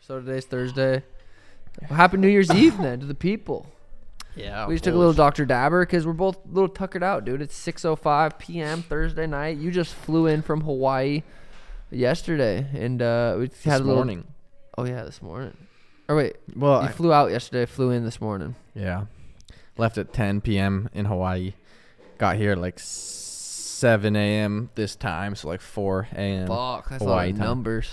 So today's Thursday. Well, happy New Year's Eve then to the people. Yeah. We just took a little Dr. Dabber because we're both a little tuckered out, dude. It's 6:05 p.m. Thursday night. You just flew in from Hawaii yesterday, and uh, we just had a little. morning. Oh yeah, this morning. Or wait, Well, you I- flew out yesterday. Flew in this morning. yeah. Left at 10 p.m. in Hawaii. Got here at like 7 a.m. this time, so like 4 a.m. Fuck, that's a lot Hawaii of time. numbers,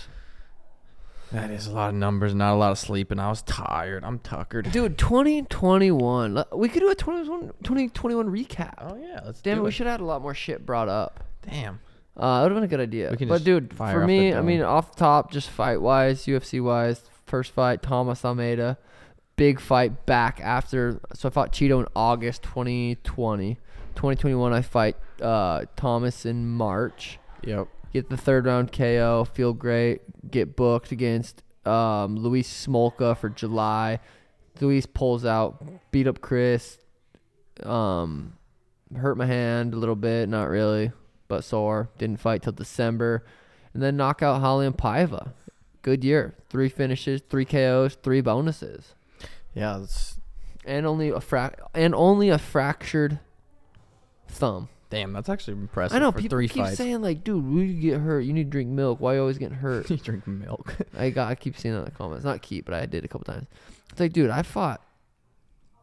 That is a lot of numbers, not a lot of sleep, and I was tired. I'm tuckered. dude. 2021. L- We could do a 2021 2021 recap. Oh yeah, let's Damn do it, we it. should have had a lot more shit brought up. Damn. Uh, that would have been a good idea. We can but just dude, fire for off the me, I mean, dome. off the top, just fight wise, UFC wise, first fight Thomas Almeida, big fight back after. So I fought Cheeto in August 2020, 2021. I fight uh, Thomas in March. Yep. Get the third round KO. Feel great. Get booked against um, Luis Smolka for July. Luis pulls out, beat up Chris. Um, hurt my hand a little bit, not really, but sore. Didn't fight till December, and then knock out Holly and Paiva. Good year. Three finishes, three KOs, three bonuses, Yeah. That's, and only a fra- and only a fractured thumb. damn, that's actually impressive. I know for people three keep fights. saying like, dude, when you get hurt, you need to drink milk. Why you always getting hurt? you drink milk. I got I keep seeing that in the comments. Not keep, but I did a couple times. It's like, dude, I fought.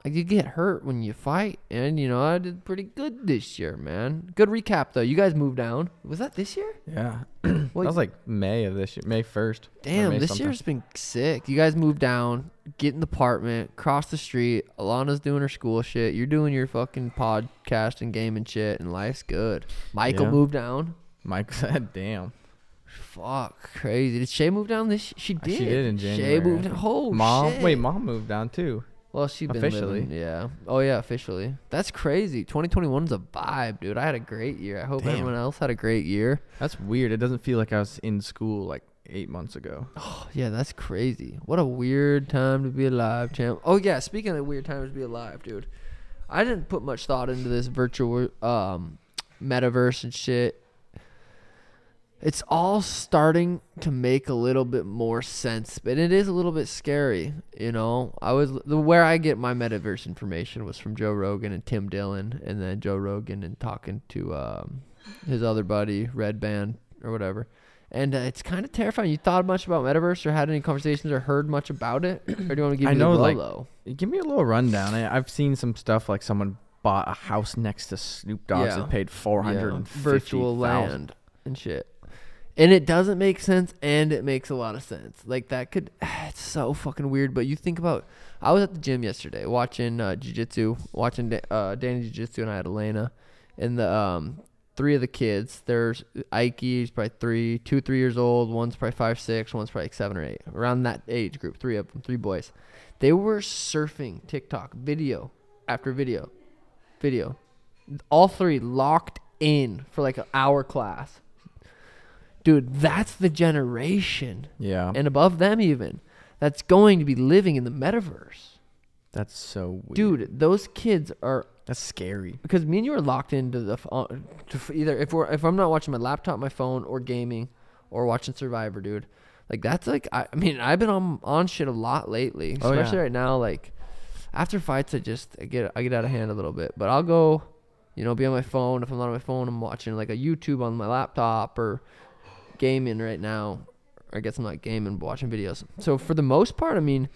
Like you get hurt when you fight, and you know I did pretty good this year, man. Good recap though. You guys moved down. Was that this year? yeah. that Well, was like May of this year, May 1st. or Damn, May this something. year's been sick. You guys moved down, get in the apartment, cross the street. Alana's doing her school shit. You're doing your fucking podcast and game and shit, and life's good. Michael Yeah. moved down. Mike said, "Damn." Fuck, crazy. Did Shay move down this? She did. She did in January. Shay moved. I think. Oh mom. shit. Wait, mom moved down too. Well, she been Officially. living- yeah. Oh yeah, officially. That's crazy. 2021's a vibe, dude. I had a great year. I hope Damn. everyone else had a great year. That's weird. It doesn't feel like I was in school like eight months ago. Oh, yeah, that's crazy. What a weird time to be alive, champ. Oh yeah, speaking of weird times to be alive, dude. I didn't put much thought into this virtual um metaverse and shit. It's all starting to make a little bit more sense, but it is a little bit scary, you know. I was the where I get my metaverse information was from Joe Rogan and Tim Dillon, and then Joe Rogan and talking to um, his other buddy Red Band or whatever. And uh, it's kind of terrifying. You thought much about metaverse, or had any conversations, or heard much about it, or do you want to give I me know, the like, low-low? Give me a little rundown. I, I've seen some stuff like someone bought a house next to Snoop Dogg's Yeah. and paid four hundred and fifty virtual land and shit. And it doesn't make sense, and it makes a lot of sense. Like that could, it's so fucking weird. But you think about, I was at the gym yesterday watching uh, jujitsu, watching Da- uh, Danny jujitsu, and I had Elena, and the um three of the kids. There's Ike, he's probably three, two, three years old. One's probably five, six. One's probably like seven or eight, around that age group. Three of them, three boys. They were surfing TikTok video after video, video, all three locked in for like an hour class. Dude, that's the generation Yeah, and above them even that's going to be living in the metaverse. that's so weird. Dude, those kids are that's scary. because me and you are locked into the phone to f- either if we're if I'm not watching my laptop, my phone, or gaming, or watching Survivor, dude. Like that's like I, I mean I've been on on shit a lot lately, Oh, especially yeah. right now. Like after fights, I just I get I get out of hand a little bit, but I'll go, you know, be on my phone. If I'm not on my phone, I'm watching like a YouTube on my laptop or gaming right now. I guess I'm not gaming, but watching videos. So for the most part, I mean,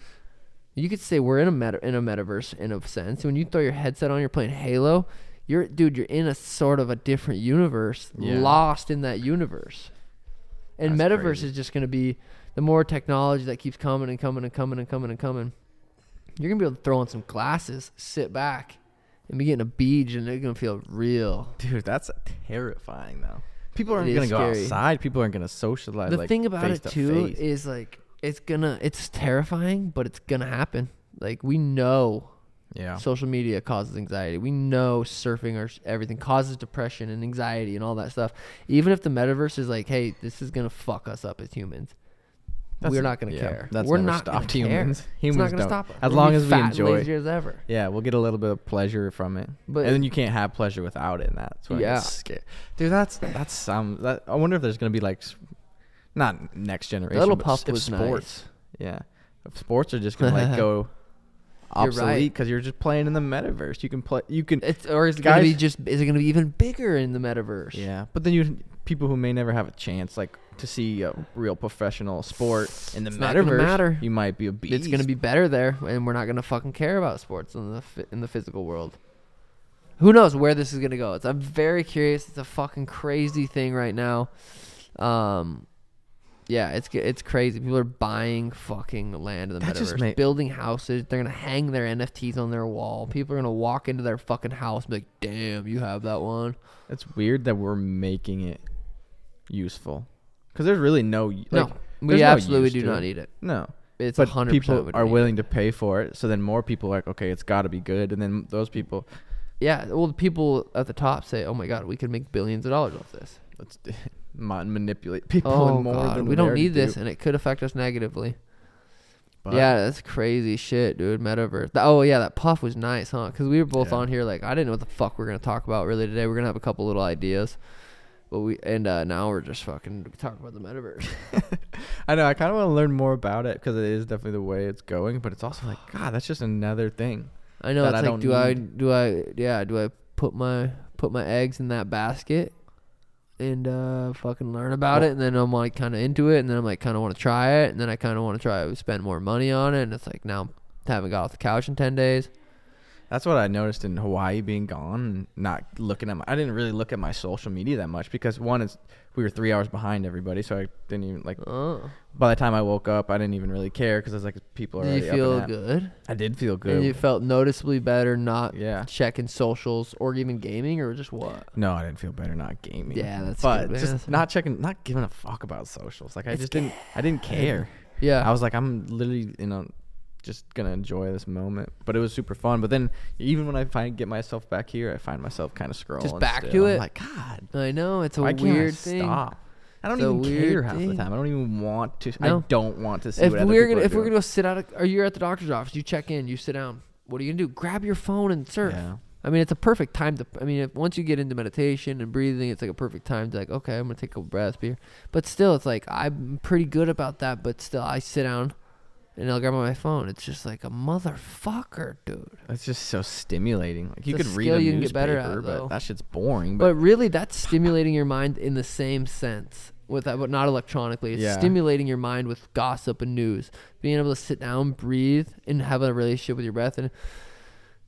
you could say we're in a meta in a metaverse in a sense. When you throw your headset on, you're playing Halo. You're dude, you're in a sort of a different universe, Yeah. lost in that universe. And That's metaverse crazy. is just going to be the more technology that keeps coming and coming and coming and coming and coming. You're gonna be able to throw on some glasses, sit back, and be getting a beach, and they're gonna feel real. Dude, that's terrifying though. People aren't It gonna is go scary. outside. People aren't gonna socialize. the like, thing about face it to too face. is like it's gonna it's terrifying but it's gonna happen like we know yeah, social media causes anxiety we know surfing or s- everything causes depression and anxiety and all that stuff even if the metaverse is like hey this is gonna fuck us up as humans That's- we're not gonna yeah, care That's we're never not stopped gonna care. humans. it's Humans not gonna don't. stop us As We're long gonna be as we fat and enjoy. lazy as ever Yeah, we'll get a little bit of pleasure from it, But- but and then you can't have pleasure without it. And that's what Yeah. yeah. scary. Dude, that's that's um, some. That, I wonder if there's gonna be like, s- not next generation. little but puff s- if was nice. sports. Yeah, sports are just gonna like go You're obsolete right. because you're just playing in the metaverse. You can play. You can. It's or is it gonna Guys- be just is it gonna be even bigger in the metaverse? Yeah, but then you people who may never have a chance like to see a real professional sport in the It's not gonna metaverse. matter. You might be a beast. It's gonna be better there, and we're not gonna fucking care about sports in the phy- in the physical world. Who knows where this is gonna go? It's I'm very curious. It's a fucking crazy thing right now. Um, yeah, it's g- it's crazy. People are buying fucking land in the That metaverse, just make- building houses. They're gonna hang their NFTs on their wall. People are gonna walk into their fucking house and be like, "Damn, you have that one." It's weird that we're making it useful because there's really no like, no, we there's no absolutely use do to not it. need it. No, It's but 100% people we don't are need it. willing to pay for it. So then more people are like, okay, it's got to be good. And then those people, Yeah, well, the people at the top say, "Oh my god, we could make billions of dollars off this." let's ma- manipulate people Oh and more god, than we don't already need this, do. and it could affect us negatively. But yeah, that's crazy shit, dude. Metaverse. Th- Oh yeah, that puff was nice, huh? Because we were both Yeah. on here like I didn't know what the fuck we are gonna talk about really today. We're gonna have a couple little ideas, but we and uh, now we're just fucking talking about the metaverse. I know. I kind of want to learn more about it because it is definitely the way it's going. But it's also like, God, that's just another thing. I know That it's I like, don't do I need. do I yeah do I put my put my eggs in that basket? And uh, fucking learn about Well- it, and then I'm like kind of into it, and then I'm like kind of want to try it, and then I kind of want to try spend more money on it, and it's like now I haven't got off the couch in ten days. That's what I noticed in Hawaii being gone and not looking at my. I didn't really look at my social media that much because one is we were three hours behind everybody, so I didn't even like. Oh. By the time I woke up, I didn't even really care because I was like, people are. Did already you up and feel at- good? I did feel good. And you felt noticeably better not Yeah. checking socials or even gaming or just what? No, I didn't feel better not gaming. Yeah, that's but good, man. just That's- not checking, not giving a fuck about socials. Like I It's just didn't, I didn't care. Yeah. I was like, I'm literally, you know, just gonna enjoy this moment. But it was super fun. But then even when I find get myself back here, I find myself kind of scrolling. back to still. I'm it? like God, I know. It's a why can't I weird thing. stop? I don't It's a even care weird half the thing. time. I don't even want to. I No. don't want to see If what other we're people gonna are if we're doing. gonna sit out of, or you're at the doctor's office, you check in, you sit down. What are you gonna do? Grab your phone and surf. Yeah. I mean, it's a perfect time to. I mean, if, once you get into meditation and breathing, it's like a perfect time to like, okay, I'm gonna take a couple breaths here. But still, it's like I'm pretty good about that. But still, I sit down and I'll grab my phone. It's just like a motherfucker, dude. That's just so stimulating. Like you It's a could read skill a you can newspaper, get better at, but though. that shit's boring. But, But really, that's stimulating your mind in the same sense, with that, but not electronically. It's Yeah. stimulating your mind with gossip and news. Being able to sit down, breathe, and have a relationship with your breath, and,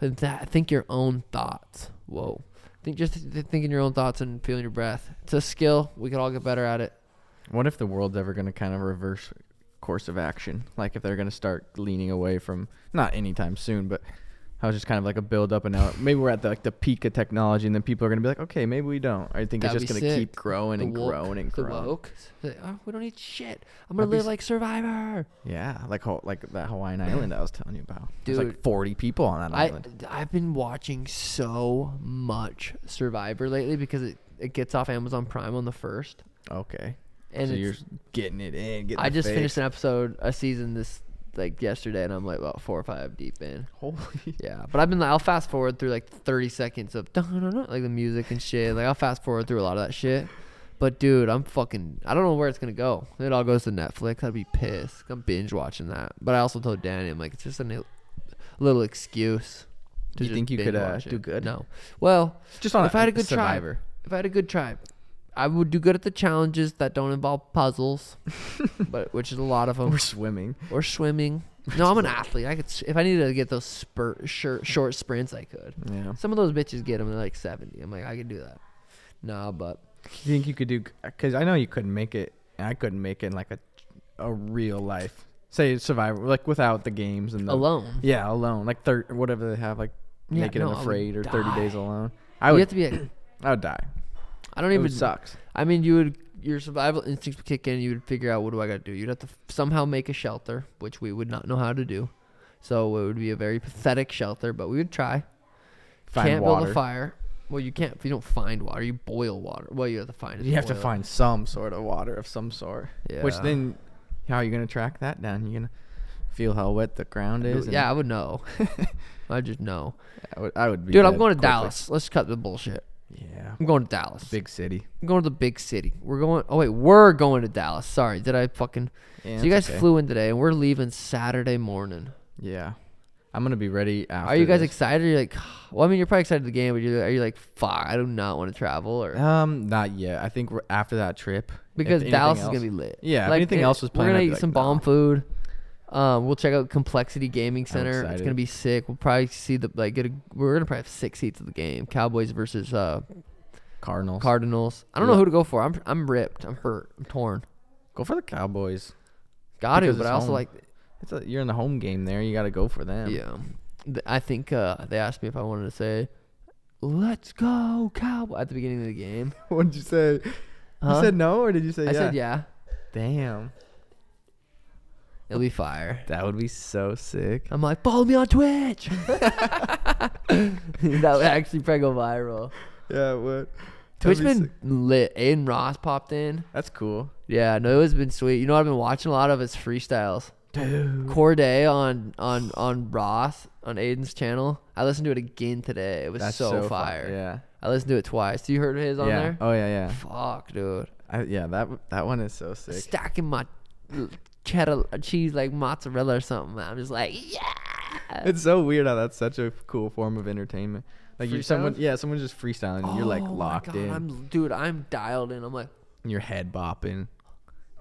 and that, think your own thoughts. Whoa, think just th- thinking your own thoughts and feeling your breath. It's a skill. We could all get better at it. What if the world's ever going to kind of reverse course of action? Like if they're going to start leaning away from not anytime soon, but I was just kind of like a build up and now maybe we're at the, like the peak of technology and then people are going to be like, okay, maybe we don't. I think That'd it's be just going to sick. keep growing The and woke- growing and the growing. woke. Say, "Oh, we don't need shit. I'm gonna That'd be live s- like Survivor. Yeah, like ho- like that Hawaiian island I was telling you about. There's like Dude. 40 people on that I island. I've been watching so much Survivor lately because it, it gets off Amazon Prime on the first, Okay. and so it's- you're s- getting it in. Getting I the just fix. finished an episode a season this like yesterday, and I'm like about four or five deep in. Holy. Yeah, but I've been like I'll fast forward through like 30 seconds of dun-dun-dun, like the music and shit. Like I'll fast forward through a lot of that shit. But dude, I'm fucking. I don't know where it's gonna go. It all goes to Netflix. I'd be pissed. I'm binge watching that. But I also told Danny, I'm like, it's just a new, little excuse. to Do you just think you could binge uh, watch do it. good? No. Well, Just on if I had a good survivor. tribe, if I had a good tribe, I would do good at the challenges that don't involve puzzles, but which is a lot of them, We're swimming. or swimming. No, I'm an athlete. I could s- if I needed to get those spurt, short, short sprints, I could. Yeah. Some of those bitches get them. They're like 70. I'm like, I could do that. Nah, but Do you think you could do? Because I know you couldn't make it. and I couldn't make it in like a a real life, say Survivor, like without the games and the alone, Yeah, alone, like thir- whatever they have, like Yeah, Naked no, I and would Afraid or Thirty die. Days Alone. I you would. have to be. A, I would die. I don't It even. would sucks. I mean, you would your survival instincts would kick in. You would figure out what do I got to do. You'd have to f- somehow make a shelter, which we would not know how to do. So it would be a very pathetic shelter, but we would try. Find can't water. build a fire. Well, you can't if you don't find water. You boil water. Well, you have to find it. You have to boil it. find some sort of water of some sort. Which Yeah. then, how are you gonna track that down? You're gonna feel how wet the ground is. and- Yeah, I would know. I just know, I would. I would be dude. I'm dead going to quickly. Dallas. Let's cut the bullshit. Yeah. I'm going to Dallas. Big city. I'm going to the big city. We're going. Oh wait, we're going to Dallas. Sorry, did I fucking? Yeah, so you it's guys okay. flew in today, and we're leaving Saturday morning. Yeah. I'm gonna be ready after. Are you guys this. excited? You're like, well, I mean, you're probably excited for the game, but you're, are you like, fuck, I do not want to travel, or Um, not yet. I think we're after that trip. If because anything Dallas else- is gonna be lit. eh, Yeah, if anything else was we're planned, I'd gonna be eat like, some bomb nah. food. Um, we'll check out Complexity Gaming Center. It's excited. gonna be sick. We'll probably see the like get a. We're gonna probably have six seats of the game. Cowboys versus uh Cardinals. Cardinals. I don't know who to go for. I'm I'm ripped. I'm hurt. I'm torn. go for the Cowboys. Got to, Because but it's I also home. like. It's a, you're in the home game there. You got to go for them. Yeah, Th- I think uh, they asked me if I wanted to say, "Let's go Cowboy" at the beginning of the game. What did you say? Huh? You said no, or did you say I yeah? said yeah. Damn, It'll be fire. that would be so sick. I'm like, follow me on Twitch. that would actually probably go viral. Yeah, it would. Twitch That'd be been sick. lit. Aiden Ross popped in. That's cool. Yeah, no, it's been sweet. You know, what I've been watching a lot of his freestyles. Dude. Corday on on on Ross on Aiden's channel. I listened to it again today. It was That's so, so fu- fire. Yeah. I listened to it twice. You heard his on yeah. there? Oh yeah, yeah. Fuck, dude. I, yeah, that w- that one is so sick. Stacking my cheddar cheese like mozzarella or something. I'm just like, yeah. It's so weird how that's such a cool form of entertainment. Like you, someone, Freestyling? yeah, someone's just freestyling. and you're like Oh my locked God, in, I'm, dude, I'm dialed in. I'm like, and your head bopping.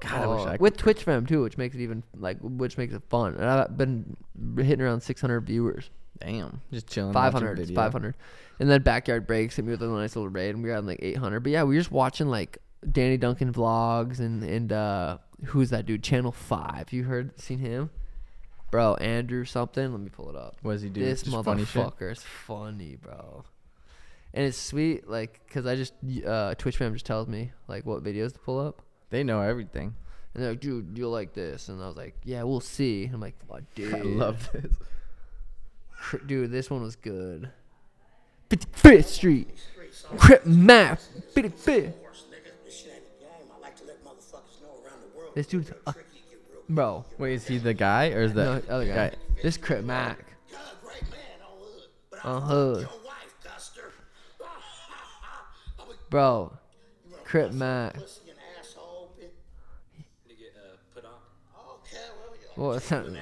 God, I wish Oh, I could. with Twitch fam too, which makes it even like which makes it fun. And I've been hitting around 600 viewers, Damn, just chilling. watching 500, it's video. 500, and then backyard breaks hit me with a nice little raid, and we got on like 800. But yeah, we were just watching like Danny Duncan vlogs and and uh who's that dude? Channel Five. You heard seen him, bro? Andrew something. Let me pull it up. What does he do? This Just funny shit? motherfucker is funny, bro. And it's sweet, like, cause I just uh, Twitch fam just tells me like what videos to pull up. They know everything. And they're like, dude, you'll like this. And I was like, yeah, we'll see. I'm like, oh, dude. I love this. Cr- Dude, this one was good. 55th Street. Crip Map. 55th. Force, nigga. This shit ain't a game. I like to let motherfuckers know around the world. This dude's. Uh, Tricky get real bro. Wait, is he the guy or is No, that other guy. This Crip Mac. God, great man on hood. But I On fucked hood. your wife, Custer. I'm a Bro. Crip Mac. pussy and asshole, bitch. to get uh, put on. Okay, well, you Well, it's not- One of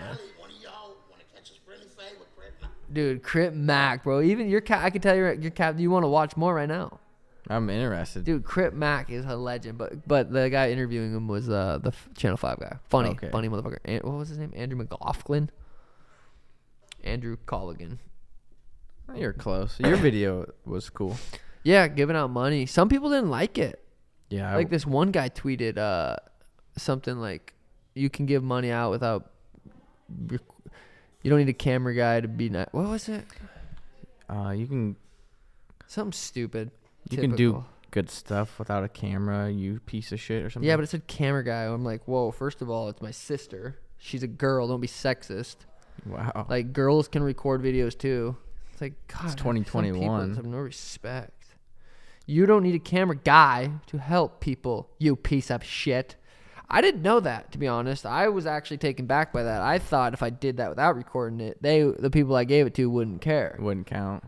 y'all want to catch a friendly fade with Crip Mac? Dude, Crip Mac, bro. Even your cat, I can tell you're, your cat, you want to watch more right now. I'm interested. Dude, Crip Mac is a legend, but but the guy interviewing him was uh, the F- Channel Five guy. Funny, Okay. funny motherfucker. An- what was his name? Andrew McLaughlin. Andrew Colligan. You're close. Your video was cool. Yeah, giving out money. Some people didn't like it. Yeah, Like this one guy tweeted uh, something like, "You can give money out without, re- you don't need a camera guy to be nice." What was it? Uh, you can Something stupid. you can do Typical. good stuff without a camera. You piece of shit or something. Yeah, but it said camera guy. I'm like, whoa. First of all, it's my sister. She's a girl. Don't be sexist. wow. Like girls can record videos too. It's like God. some people 2021. just Have no respect. You don't need a camera guy to help people. You piece of shit. I didn't know that to be honest. I was actually taken back by that. I thought if I did that without recording it, they the people I gave it to wouldn't care it wouldn't count.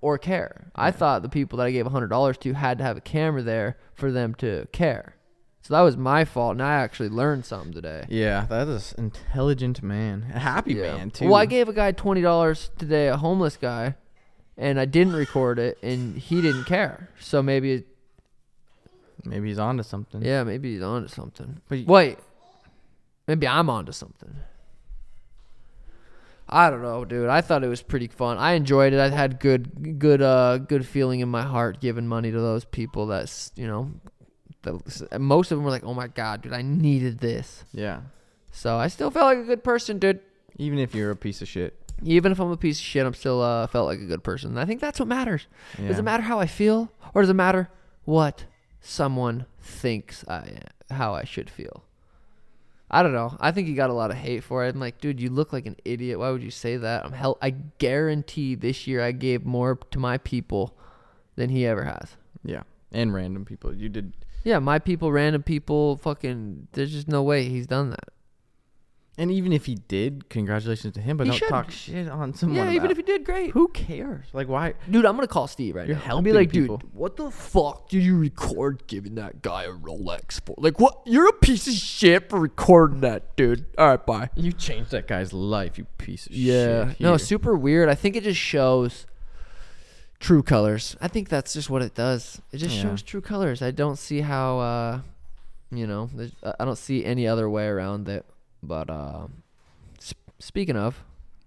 or care. I thought the people that I gave hundred dollars to had to have a camera there for them to care. So that was my fault, and I actually learned something today. Yeah, that is intelligent man, a happy Yeah. man too. Well, I gave a guy twenty dollars today, a homeless guy, and I didn't record it, and he didn't care. So maybe, it- Maybe he's onto something. yeah, maybe he's onto something. But you- Wait, maybe I'm onto something. I don't know, dude. I thought it was pretty fun. I enjoyed it. I had good, good, uh, good feeling in my heart giving money to those people. That's you know, that, most of them were like, "Oh my god, dude, I needed this." Yeah. So I still felt like a good person, dude. Even if you're a piece of shit. even if I'm a piece of shit, I'm still uh, felt like a good person. And I think that's what matters. Does Yeah. it matter how I feel, or does it matter what someone thinks I how I should feel? I don't know. I think he got a lot of hate for it. I'm like, dude, you look like an idiot. Why would you say that? I'm hell. I guarantee this year I gave more to my people than he ever has. Yeah. And random people. You did. Yeah, my people, random people, fucking. There's just no way he's done that. And even if he did, congratulations to him. But He don't should. talk shit on someone. yeah, even about- if you did, great. who cares? Like why? Dude, I'm gonna call Steve right You're now. I'll be helping like, people. dude, what the fuck did you record giving that guy a Rolex for? Like, what? You're a piece of shit for recording that, dude. All right, bye. You changed that guy's life, you piece of Yeah. shit. No, Here. super weird. I think it just shows true colors. I think that's just what it does. It just Yeah. shows true colors. I don't see how, uh, you know, there's- I- I don't see any other way around it. But uh, sp- speaking of,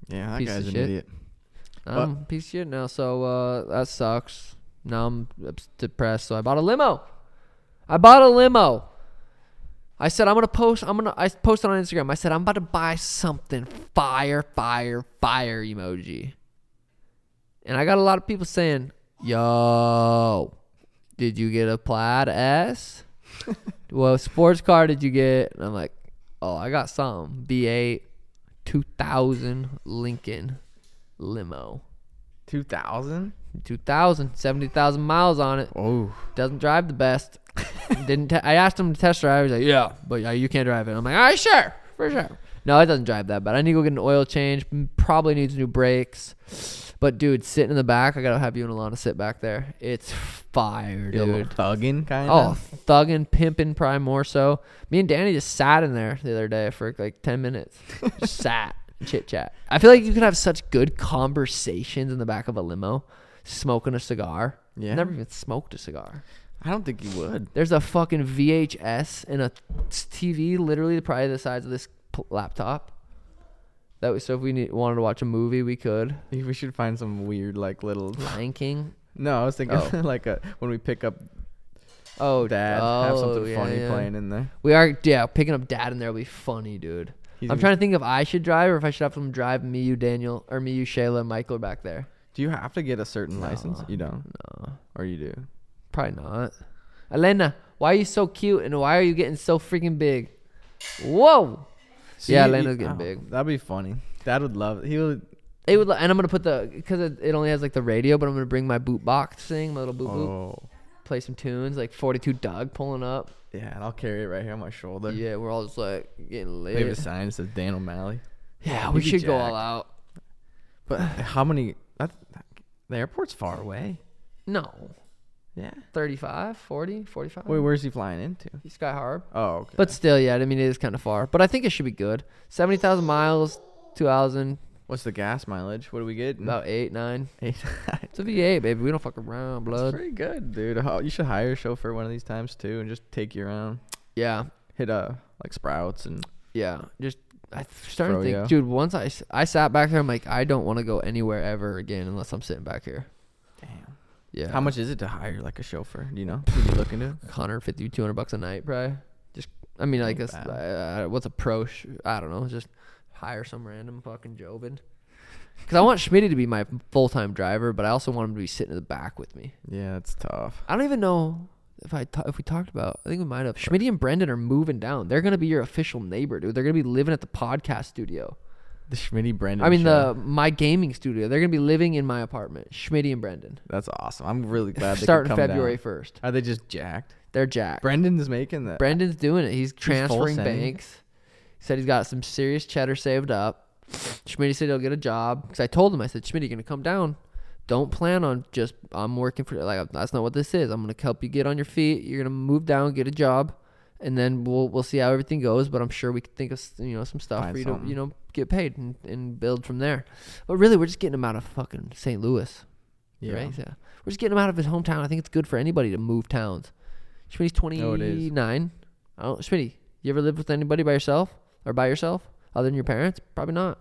yeah, that piece guy's of an shit. idiot. I'm a piece of shit now, so uh, that sucks. Now I'm ups- depressed, so I bought a limo. I bought a limo. I said I'm gonna post. I'm gonna. I posted on Instagram. I said I'm about to buy something fire, fire, fire emoji. And I got a lot of people saying, "Yo, did you get a plaid S? what sports car did you get?" And I'm like, "Oh, I got something. V8, 2000 Lincoln limo." Two thousand. 2000, 70,000 miles on it. Oh, Doesn't drive the best. Didn't te- I asked him to test drive? He's like, yeah, but uh, you can't drive it. I'm like, all right, sure, for sure. No, it doesn't drive that bad. I need to go get an oil change. m- Probably needs new brakes. But dude, sitting in the back, I gotta have you and Alana sit back there. It's fire, you're a little dude. thugging kind Oh, of. thuggin', pimpin', prime more so. Me and Danny just sat in there the other day for like ten minutes, just sat chit chat. I feel like you could have such good conversations in the back of a limo, smoking a cigar. Yeah. never even smoked a cigar. I don't think he would. There's a fucking VHS and a TV, literally probably the size of this p- laptop. That was so if we need, wanted to watch a movie, we could. We should find some weird like little. Lion King. No, I was thinking Oh. like a when we pick up Oh, dad, have oh, something yeah, funny yeah. playing in there. We are, yeah, picking up dad in there will be funny, dude. He's I'm gonna- trying to think if I should drive or if I should have someone drive me, you, Daniel, or me, you, Shayla, and Michael are back there. Do you have to get a certain license? No, You don't, No, or you do? probably not. Elena, why are you so cute and why are you getting so freaking big? Whoa! Yeah, you- you- Elena's getting big. That'd be funny. Dad would love. It. He would. It would, li- and I'm gonna put the because it, it only has like the radio, but I'm gonna bring my boot box thing, my little boot boot, Oh, play some tunes like 42 Doug pulling up. yeah. And I'll carry it right here on my shoulder. Yeah, we're all just like getting lit. Maybe a sign that says Dan O'Malley. yeah, we be should go jacked. all out. But how many? That, the airport's far away. No, Yeah. 35, 40, 45. Wait, where's he flying into? Sky Harb. Oh, okay. But still, yeah, I mean, it is kind of far. But I think it should be good. 70,000 miles, 2,000, what's the gas mileage? What do we get? about 8, 9. Eight. It's a V8, baby. We don't fuck around, That's blood. pretty good, dude. How- You should hire a chauffeur one of these times too, and just take you around. Yeah, Hit uh like Sprouts and yeah. Just, I started to Fro, think, yeah. dude, once I, s- I sat back there, I'm like, I don't want to go anywhere ever again unless I'm sitting back here. damn. Yeah. How much is it to hire like a chauffeur? Do you know? Did you look into? it? 150, 200 bucks a night, probably. Just, I mean, like, Ain't it's, uh, uh, what's a pro? Sh- I don't know. Just hire some random fucking Jobin. Because I want Schmitty to be my full time driver, but I also want him to be sitting in the back with me. Yeah, it's tough. I don't even know if I ta- if we talked about. I think we might have. Schmitty and Brendan are moving down. They're gonna be your official neighbor, dude. They're gonna be living at the podcast studio. The Schmitty Brendan. I mean, show. the my gaming studio. They're gonna be living in my apartment. Schmitty and Brendan. that's awesome. I'm really glad they could Starting come February down. first. Are they just jacked? They're jacked. Brendan's making that. Brendan's doing it. He's transferring sending. banks. He said he's got some serious cheddar saved up. Schmitty said he'll get a job because I told him I said Schmitty, you're gonna come down. Don't plan on just I'm working for like that's not what this is. I'm gonna help you get on your feet. You're gonna move down, get a job, and then we'll we'll see how everything goes. But I'm sure we can think of s- you know some stuff Find for you something. to you know get paid and, and build from there. But really, we're just getting him out of fucking St. Louis. Yeah. Right? Yeah. We're just getting him out of his hometown. I think it's good for anybody to move towns. Schmitty's No, it is. 29. I don't, Schmitty, you ever lived with anybody by yourself or by yourself other than your parents? Probably not.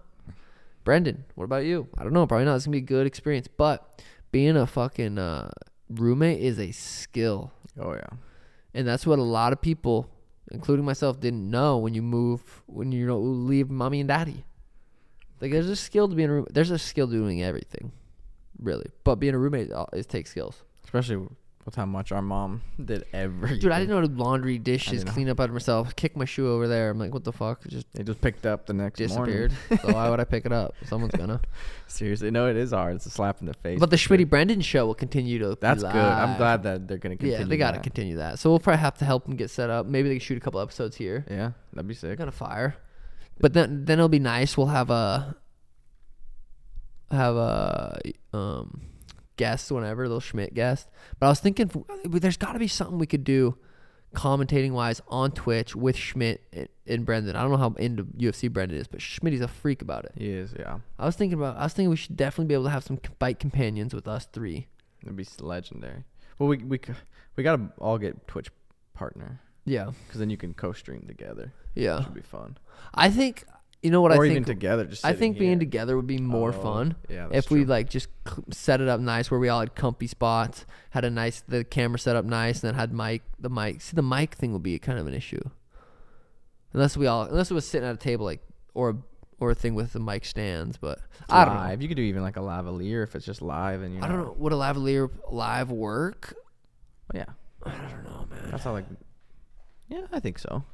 Brendan, what about you? I don't know. Probably not. It's going to be a good experience. But being a fucking uh, roommate is a skill. Oh yeah. And that's what a lot of people, including myself, didn't know when you move, when you don't leave mommy and daddy. Like, there's a skill to being a roommate. There's a skill to doing everything, really. But being a roommate, uh, it takes skills. Especially with how much our mom did everything. Dude, I didn't know how to laundry, dishes, know. clean up out of myself, kick my shoe over there. I'm like, what the fuck? It just They just picked up the next disappeared. morning. so why would I pick it up? Someone's gonna. Seriously, no, it is hard. It's a slap in the face. But the for sure. Schmitty Brendan show will continue to. be That's good. I'm live. glad that they're gonna continue. Yeah, they gotta that. continue that. So we'll probably have to help them get set up. Maybe they can shoot a couple episodes here. Yeah, that'd be sick. Kind of fire. But then then it'll be nice. We'll have a have a um guest whenever little Schmidt guest. But I was thinking f- there's got to be something we could do commentating wise on Twitch with Schmidt and- and Brendan. I don't know how into UFC Brendan is, but Schmidt is a freak about it. He is, yeah. I was thinking about I was thinking we should definitely be able to have some fight companions with us three. It'd be s- legendary. Well, we we c- we gotta all get Twitch partner Yeah. because then you can co-stream together. Yeah. Should be fun. I think you know what or I even think together, just I sitting think being here. together would be more Oh, fun. yeah, that's if we true. like just c- set it up nice, where we all had comfy spots, had a nice the camera set up nice, and then had mic the mic. See, the mic thing would be kind of an issue, unless we all unless it was sitting at a table like or a- or a thing with the mic stands. But I don't know. live. You could do even like a lavalier if it's just live and you. I don't know. Would a lavalier live work? Yeah, I don't know, man. that's how like. Yeah, I think so.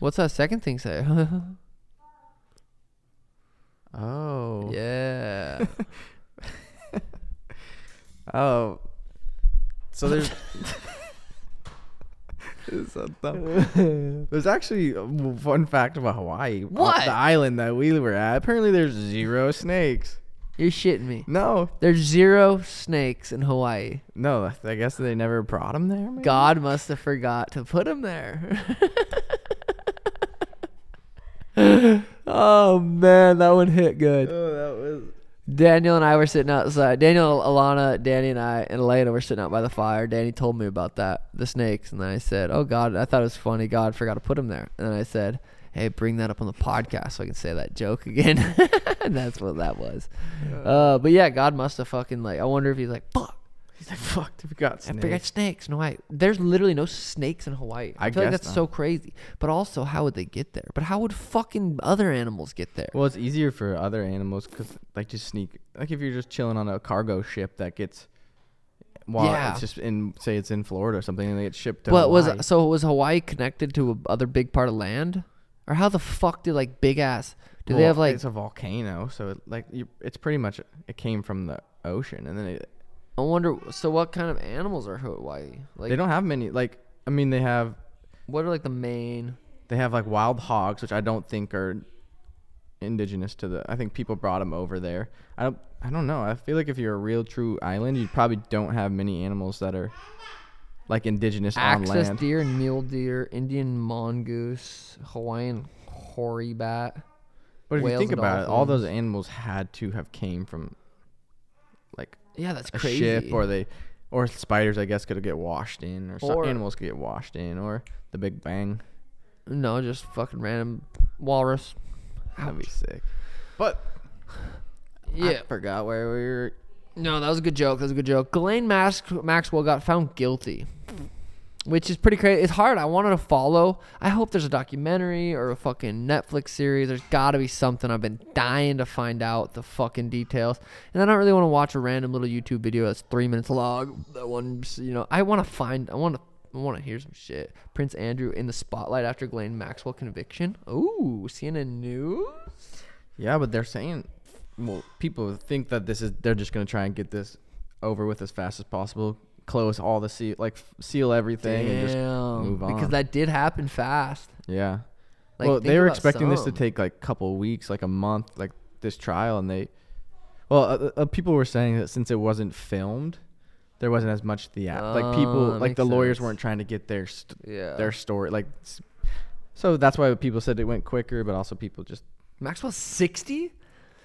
What's that second thing say? Oh. yeah. Oh. So there's. It's so dumb. There's actually a w- fun fact about Hawaii. uh, What? The island that we were at. Apparently, there's zero snakes. You're shitting me. No, There's zero snakes in Hawaii. no. I- I guess they never brought them there. maybe? God must have forgot to put him there. oh man, that one hit good. Oh, that was. Daniel and I were sitting outside. Daniel, Alana, Danny, and I, and Elena were sitting out by the fire. Danny told me about that, the snakes, and then I said, "Oh God, I thought it was funny. God forgot to put him there." And then I said, "Hey, bring that up on the podcast so I can say that joke again." and that's what that was. Uh, but yeah, God must have fucking like. I wonder if he's like, "Fuck, He's like, fuck, they forgot I forgot snakes. snakes in Hawaii. There's literally no snakes in Hawaii. I, I feel like guess that's so crazy. But also, how would they get there? But how would fucking other animals get there? Well, it's easier for other animals because, like, just sneak. Like, if you're just chilling on a cargo ship that gets. Well, Yeah. it's just in, say it's in Florida or something, and they get shipped to. But was Hawaii. so was Hawaii connected to a other big part of land, or how the fuck did like big ass? Do they Well, have like? it's a volcano so it, like you, it's pretty much it came from the ocean and then it, I wonder. So what kind of animals are Hawaii? Like they don't have many like i mean they have what are like the main? they have like wild hogs which i don't think are indigenous to the i think people brought them over there i don't i don't know i feel like if you're a real true island you probably don't have many animals that are like indigenous on Access land deer and mule deer, Indian mongoose, Hawaiian hoary bat. but if you whales think and about it all those animals had to have came from like Yeah, that's a crazy. ship or they or spiders i guess could get washed in or, some Or- animals could get washed in or the big bang No, just fucking random walrus. that'd be sick but Yeah. i forgot where we were No, that was a good joke. That was a good joke. Ghislaine Max- Maxwell got found guilty, which is pretty crazy. It's hard. I wanted to follow. I hope there's a documentary or a fucking Netflix series. There's got to be something. I've been dying to find out the fucking details, and I don't really want to watch a random little YouTube video that's three minutes long. That one, you know, I want to find. I want to. I want to hear some shit. Prince Andrew in the spotlight after Ghislaine Maxwell conviction. Ooh, CNN News. yeah but they're saying well people think that this is they're just gonna try and get this over with as fast as possible close all the seal like f- seal everything and just move on Because that did happen fast. yeah Like, well think they were about expecting this to some. take like a couple weeks like a month like this trial and they well uh, uh, people were saying that since it wasn't filmed there wasn't as much the like Oh, people that like the makes lawyers sense. weren't trying to get their st- Yeah. their story like s- so that's why people said it went quicker but also people just Maxwell's 60?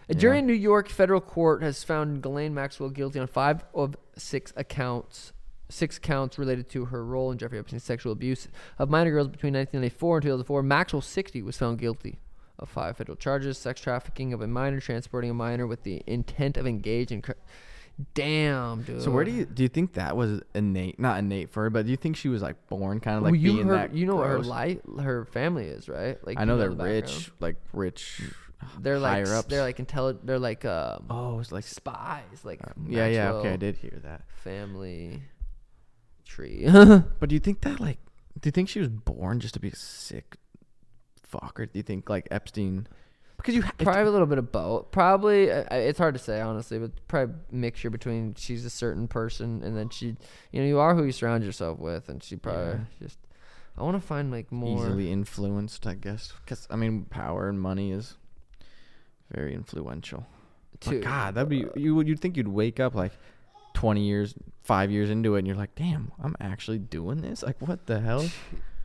A jury in New York federal court has found Ghislaine Maxwell guilty on five of six accounts, six counts related to her role in Jeffrey Epstein's sexual abuse of minor girls between 1994 and 2004. Maxwell, 60, was found guilty of five federal charges: sex trafficking of a minor, transporting a minor with the intent of engaging. in. cr- Damn, dude. so where do you do you think that was innate not innate for her but do you think she was like born kind of like Well, you being heard, that you know what her gross? life, her family is, right? Like I you know they're the background. rich like rich They're like higher s- ups. they're like intelligent. They're like um, oh it's like like spies. Like Uh, yeah yeah okay I Maxwell. did hear that family tree. But do you think that like do you think she was born just to be a sick fuck or do you think like Epstein because you ha- if- probably a little bit of both. Probably I- I- it's hard to say honestly, but probably mixture between she's a certain person and then she, you know, you are who you surround yourself with, and she probably just. I want to find like more. easily influenced, I guess. Because I mean, power and money is very influential. But Dude. Oh God, that'd be you. would- You'd think you'd wake up like twenty years, five years into it, and you're like, "Damn, I'm actually doing this." Like, what the hell?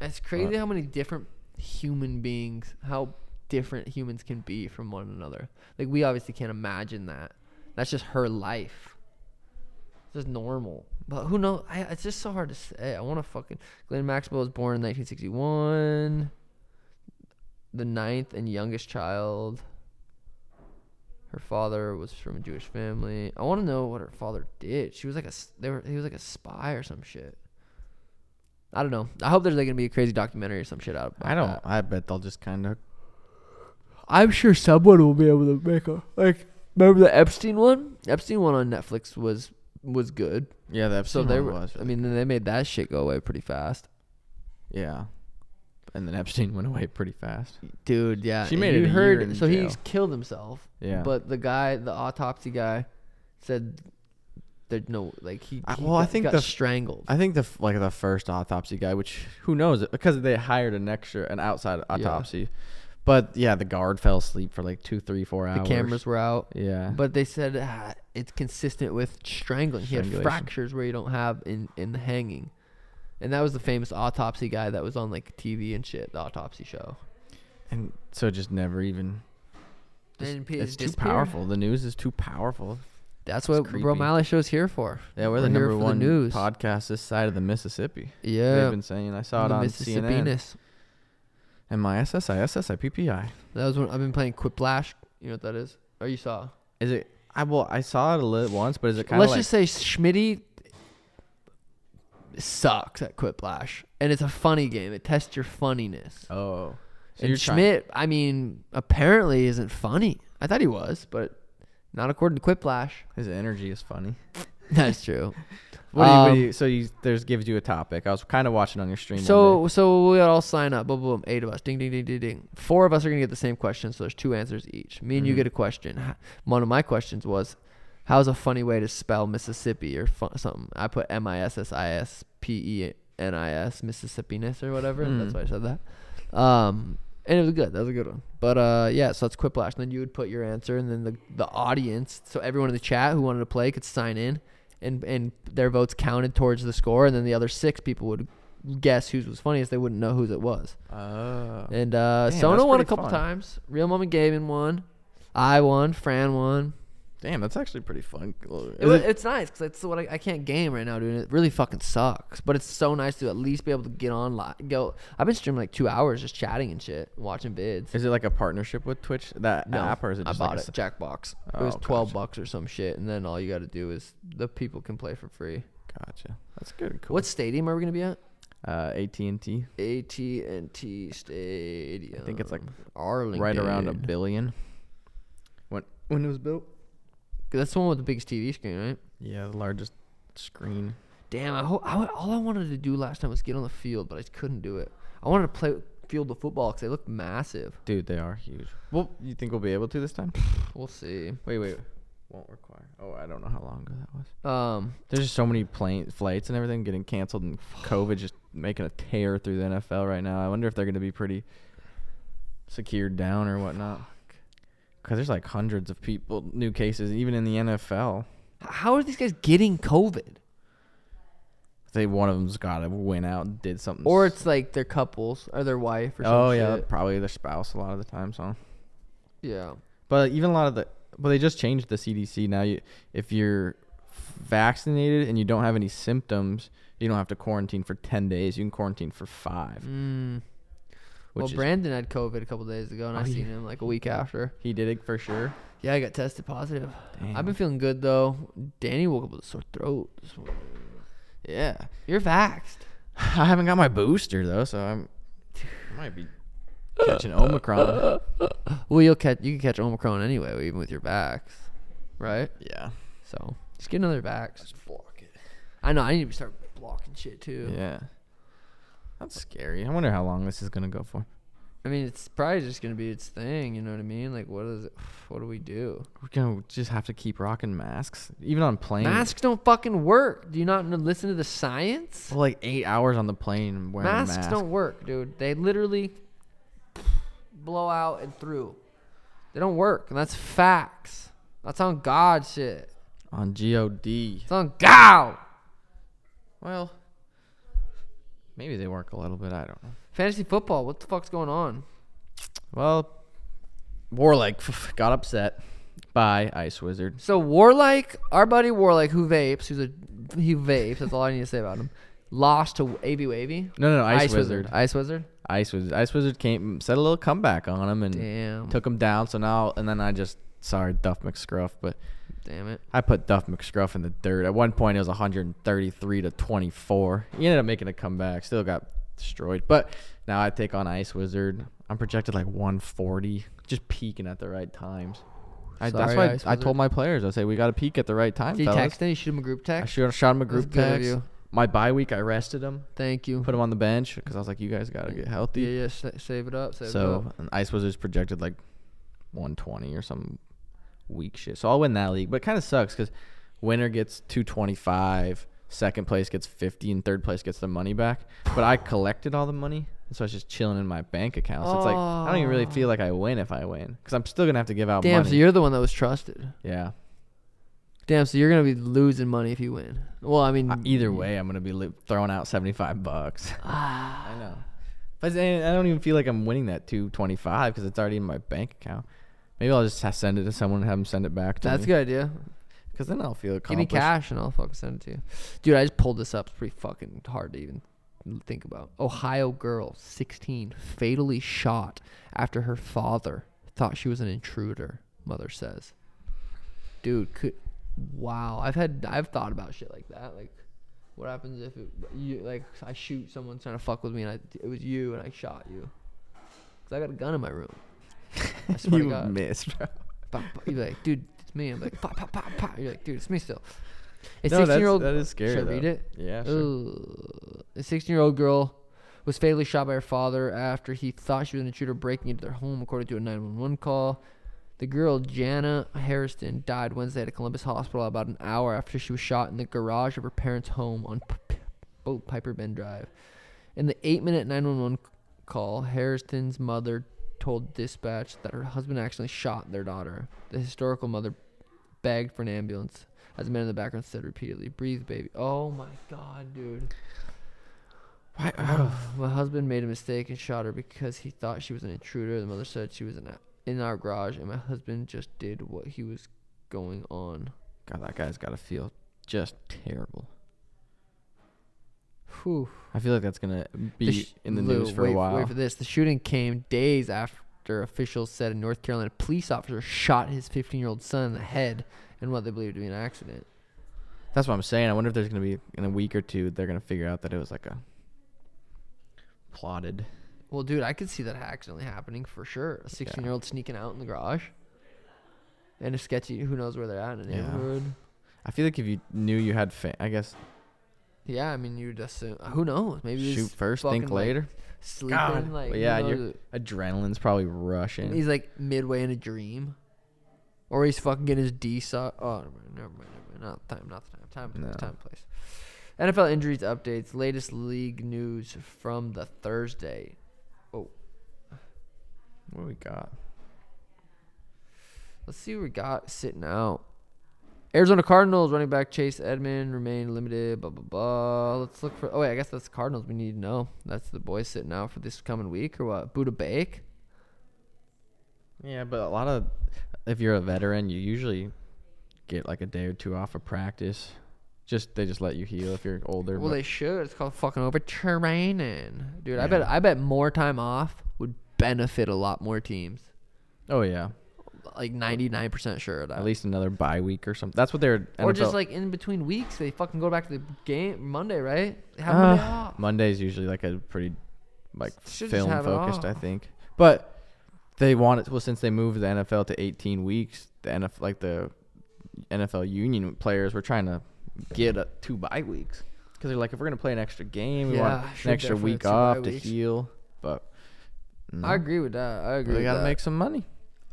It's Uh, crazy how many different human beings, how different humans can be from one another. Like we obviously can't imagine that. That's just her life. It's just normal. But who knows? I, it's just so hard to say. I want to fucking. Glenn Maxwell was born in 1961. The ninth and youngest child. Her father was from a Jewish family. I want to know what her father did. She was like a. s- They were. He was like a spy or some shit. I don't know. I hope there's like gonna be a crazy documentary or some shit out. About I don't. that. I bet they'll just kind of. I'm sure someone will be able to make a like. Remember the Epstein one? Epstein one on Netflix was was good. Yeah, that's So they were. was. I mean, then they made that shit go away pretty fast, yeah. And then Epstein went away pretty fast. dude. Yeah, She and made you it a heard. year in so jail. he killed himself. Yeah. But the guy, the autopsy guy, said there's no like he. I- he well, I got- think got the- strangled. I think the f- like the first autopsy guy, which who knows, because they hired an extra an outside autopsy, but yeah, the guard fell asleep for like two, three, four the hours. cameras were out. yeah, But they said ah, it's consistent with strangling. He had Strangulation. fractures where you don't have in, in the hanging. And that was the famous autopsy guy that was on like TV and shit, the autopsy show. and so it just never even. just- Then pe- it's too disappeared. powerful. The news is too powerful. That's It's what Bro creepy. Malley Show's here for. Yeah, we're the here number for one news. podcast this side of the Mississippi. Yeah. They've been saying I saw it the on CNN Mississippinis. and my SSI SSI PPI. That was when I've been playing Quiplash. You know what that is? Oh, you saw. Is it? I well, I saw it a little once, but is it kind of Let's like? just say Schmitty sucks at Quiplash. And it's a funny game. It tests your funniness. oh, so and you're trying- Schmidt, I mean, apparently isn't funny. I thought he was, but not according to Quiplash. his energy is funny. That's true. What do you, what do Um, you, so you, there's gives you a topic. I was kind of watching on your stream. one So so we all sign up. Boom boom. Eight of us. Ding ding ding ding ding. Four of us are gonna get the same question. So there's two answers each. Me Mm-hmm. and you get a question. H- One of my questions was, "How's a funny way to spell Mississippi or fu- something?" I put M I S S I S P E N I S Mississippi-ness or whatever. Hmm. and That's why I said that. Um, and it was good. That was a good one. But uh, yeah. So that's Quiplash. And then you would put your answer, and then the the audience, so everyone in the chat who wanted to play could sign in. And, and their votes counted towards the score, and then the other six people would guess whose was funniest, they wouldn't know whose it was. day. Oh. And uh, Damn, Sona that's won a pretty couple fun. times. Real Mom and Gavin won. I won. Fran won. Damn, that's actually pretty fun. It wa- it's nice because it's what I, I can't game right now, dude. It really fucking sucks, but it's so nice to at least be able to get on live. Go. I've been streaming like two hours just chatting and shit, watching vids. Is it like a partnership with Twitch that app, or is it just I like bought a it, s- Jackbox. it was Oh, twelve gotcha. bucks or some shit, and then all you got to do is the people can play for free. Gotcha. That's good. Cool. What stadium are we gonna be at? uh, AT and T? AT and T Stadium. I think it's like Arlington. right around a billion. When when it was built? That's the one with the biggest TV screen, right? Yeah, the largest screen. Damn, I, ho- I wa- all I wanted to do last time was get on the field, but I couldn't do it. I wanted to play field of football because they look massive. Dude, they are huge. Well, you think we'll be able to this time? We'll see. wait, wait. Won't require. Oh, I don't know how long ago that was. Um, There's just so many plane flights and everything getting canceled, and COVID just making a tear through the NFL right now. I wonder if they're going to be pretty secured down or whatnot. Because there's like hundreds of people, new cases, even in the NFL. h- how are these guys getting COVID? They one of them's got to went out and did something. Or s- it's like their couples or their wife or oh some yeah, shit. probably their spouse a lot of the time. So, yeah. but even a lot of the, but they just changed the CDC now. You if you're vaccinated and you don't have any symptoms, you don't have to quarantine for ten days. You can quarantine for five. Mm. Well, Which is- Brandon had COVID a couple days ago, and I Oh, yeah. seen him like a week after. He did it for sure. Yeah, I got tested positive. I've Damn. been feeling good though. Danny woke up with a sore throat. this morning. Yeah. You're vaxxed. I haven't got my booster though, so I'm I might be catching Omicron. Well, you'll catch you can catch Omicron anyway, even with your vax, right? Yeah. So just get another vax. Just block it. I know. I need to start blocking shit too. Yeah. That's scary. I wonder how long this is gonna go for. I mean, it's probably just gonna be its thing. You know what I mean? Like, what is it? What do we do? We're gonna just have to keep rocking masks, even on planes. Masks don't fucking work. Do you not n- listen to the science? Well, like eight hours on the plane wearing Masks a mask. don't work, dude. They literally blow out and through. They don't work, and that's facts. That's on God shit. on God. It's on God. Well, maybe they work a little bit. I don't know. Fantasy football. What the fuck's going on? Well, Warlike got upset by Ice Wizard. So Warlike, our buddy Warlike, who vapes, who's a he vapes. That's all I need to say about him. Lost to Av Wavy. No, no, no. Ice, Wizard. Ice Wizard. Ice Wizard. Ice Wizard came set a little comeback on him and Damn. took him down. So now and then I just sorry Duff McScruff, but Damn it. I put Duff McScruff in the dirt. At one point it was 133 to 24. He ended up making a comeback. Still got destroyed, but now I take on Ice Wizard. I'm projected like 140, just peaking at the right times. I, that's Sorry, why Ice I Wizard. told my players I say we got to peak at the right time. Did you fellas." text him? You shoot him a group I text? should have shot him a group good of text. you. My bye week, I rested him, Thank you. put him on the bench because I was like, you guys gotta get healthy. yeah, yeah. sa- Save it up. Save it So uh, up. and Ice Wizards projected like 120 or some weak shit. So I'll win that league, but it kind of sucks because winner gets 225, second place gets 50, and third place gets the money back. But I collected all the money, and so it's just chilling in my bank account. So it's like I don't even really feel like I win if I win because I'm still gonna have to give out Damn. money. So you're the one that was trusted. yeah. Damn. So you're gonna be losing money if you win. Well, I mean, Uh, Either way, I'm gonna be li- throwing out 75 bucks. ah, I know. But I I don't even feel like I'm winning that 225 because it's already in my bank account. Maybe I'll just ha- send it to someone and have them send it back to that's a me. good idea. Because then I'll feel Give me accomplished. cash and I'll fucking send it to you, dude. I just pulled this up. It's pretty fucking hard to even think about. Ohio girl, 16, fatally shot after her father thought she was an intruder. Mother says, dude, could wow. I've had I've thought about shit like that. Like, what happens if it, you like I shoot someone trying to fuck with me and I, it was you and I shot you? Cause I got a gun in my room. I swear to you God missed, bro. pop, pop. You're like, dude, it's me. I'm like, pop, pop, pop, pop. You're like, dude, it's me still. A No, that's- 16 year old. that is scary, Should I read though. it? Yeah, sure. Ooh. A 16 year old girl was fatally shot by her father after he thought she was an intruder breaking into their home, according to a 911 call. The girl, Jana Harrison, died Wednesday at a Columbus hospital about an hour after she was shot in the garage of her parents' home on P- P- oh, Piper Bend Drive. In the eight minute 911 call, Harrison's mother told dispatch that her husband accidentally shot their daughter. The historical mother begged for an ambulance, as the man in the background said repeatedly, Breathe, baby. Oh my god, dude. Why, My husband made a mistake and shot her because he thought she was an intruder. The mother said she was in, in our garage, and my husband just did what he was going on. God, that guy's got to feel just terrible. Whew. I feel like that's going to The be sh- in the Lou, news for wait, a while. Wait for this. The shooting came days after officials said a North Carolina police officer shot his 15 year old son in the head in what they believed to be an accident. That's what I'm saying. I wonder if there's going to be, in a week or two, they're going to figure out that it was like a plotted. Well, dude, I could see that accidentally happening for sure. A 16 year old sneaking out in the garage. And a sketchy, who knows where they're at in the Yeah. neighborhood. I feel like if you knew you had, fa- I guess, Yeah, I mean, you'd assume. Who knows? Maybe he was shoot first, think fucking, like, later. sleeping, like But who yeah, knows? your adrenaline's probably rushing. He's like midway in a dream, or he's fucking getting his D sucked. Oh, never mind, never mind, never mind. Not the time, not the time. Time, place, No. time, place. NFL injuries updates, latest league news from the Thursday. Oh, What do we got? let's see what we got sitting out. Arizona Cardinals running back Chase Edmond remain limited. Blah blah blah. Let's look for. Oh wait, I guess that's the Cardinals. We need to know. That's the boys sitting out for this coming week or what? Buda Bake. Yeah, but a lot of if you're a veteran, you usually get like a day or two off of practice. Just they just let you heal if you're older. Well, but they should. It's called fucking overtraining, dude. I bet I bet more time off would benefit a lot more teams. oh yeah, Like ninety nine percent sure of that. at least another bye week or something. That's what they're or just NFL like in between weeks, they fucking go back to the game Monday, right? They Have Uh, Monday off. Monday's usually like a pretty like Should just film have it focused, I off. think. But they want it. Well, since they moved the NFL to 18 weeks, the NFL like the NFL union players were trying to get a, two bye weeks because they're like, if we're gonna play an extra game, we Yeah, want should an extra definitely week have two bye off to weeks. heal. But I agree with that. I agree. They with gotta that. make some money.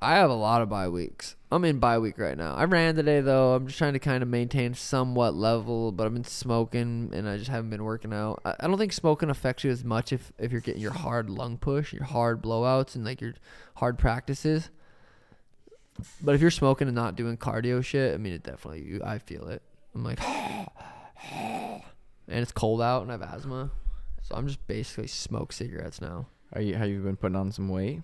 I have a lot of bye weeks. I'm in bye week right now. I ran today though. I'm just trying to kind of maintain somewhat level, but I've been smoking and I just haven't been working out. I, I don't think smoking affects you as much if if you're getting your hard lung push, your hard blowouts, and like your hard practices. But if you're smoking and not doing cardio shit, I mean, it definitely you, I feel it. I'm like, and it's cold out and I have asthma, so I'm just basically smoke cigarettes now. Are you? Have you been putting on some weight?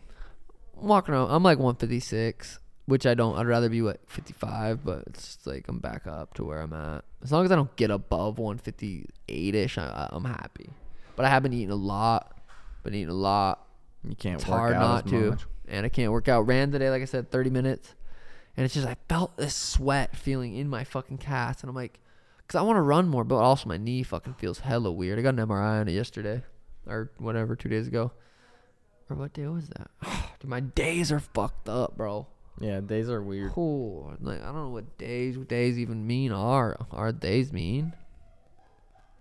I'm walking around. I'm like 156, which I don't. I'd rather be like 55, but it's just, like I'm back up to where I'm at. As long as I don't get above 158 ish, I, I'm happy. But I have been eating a lot. Been eating a lot. You can't It's work hard out not as to. much. And I can't work out. Ran today, like I said, 30 minutes. And it's just, I felt this sweat feeling in my fucking calves. And I'm like, because I want to run more, but also my knee fucking feels hella weird. I got an MRI on it yesterday or whatever, two days ago. Or what day was that? Dude, my days are fucked up, bro. Yeah, days are weird. Cool. Like, I don't know what days, what days even mean are. Are days mean?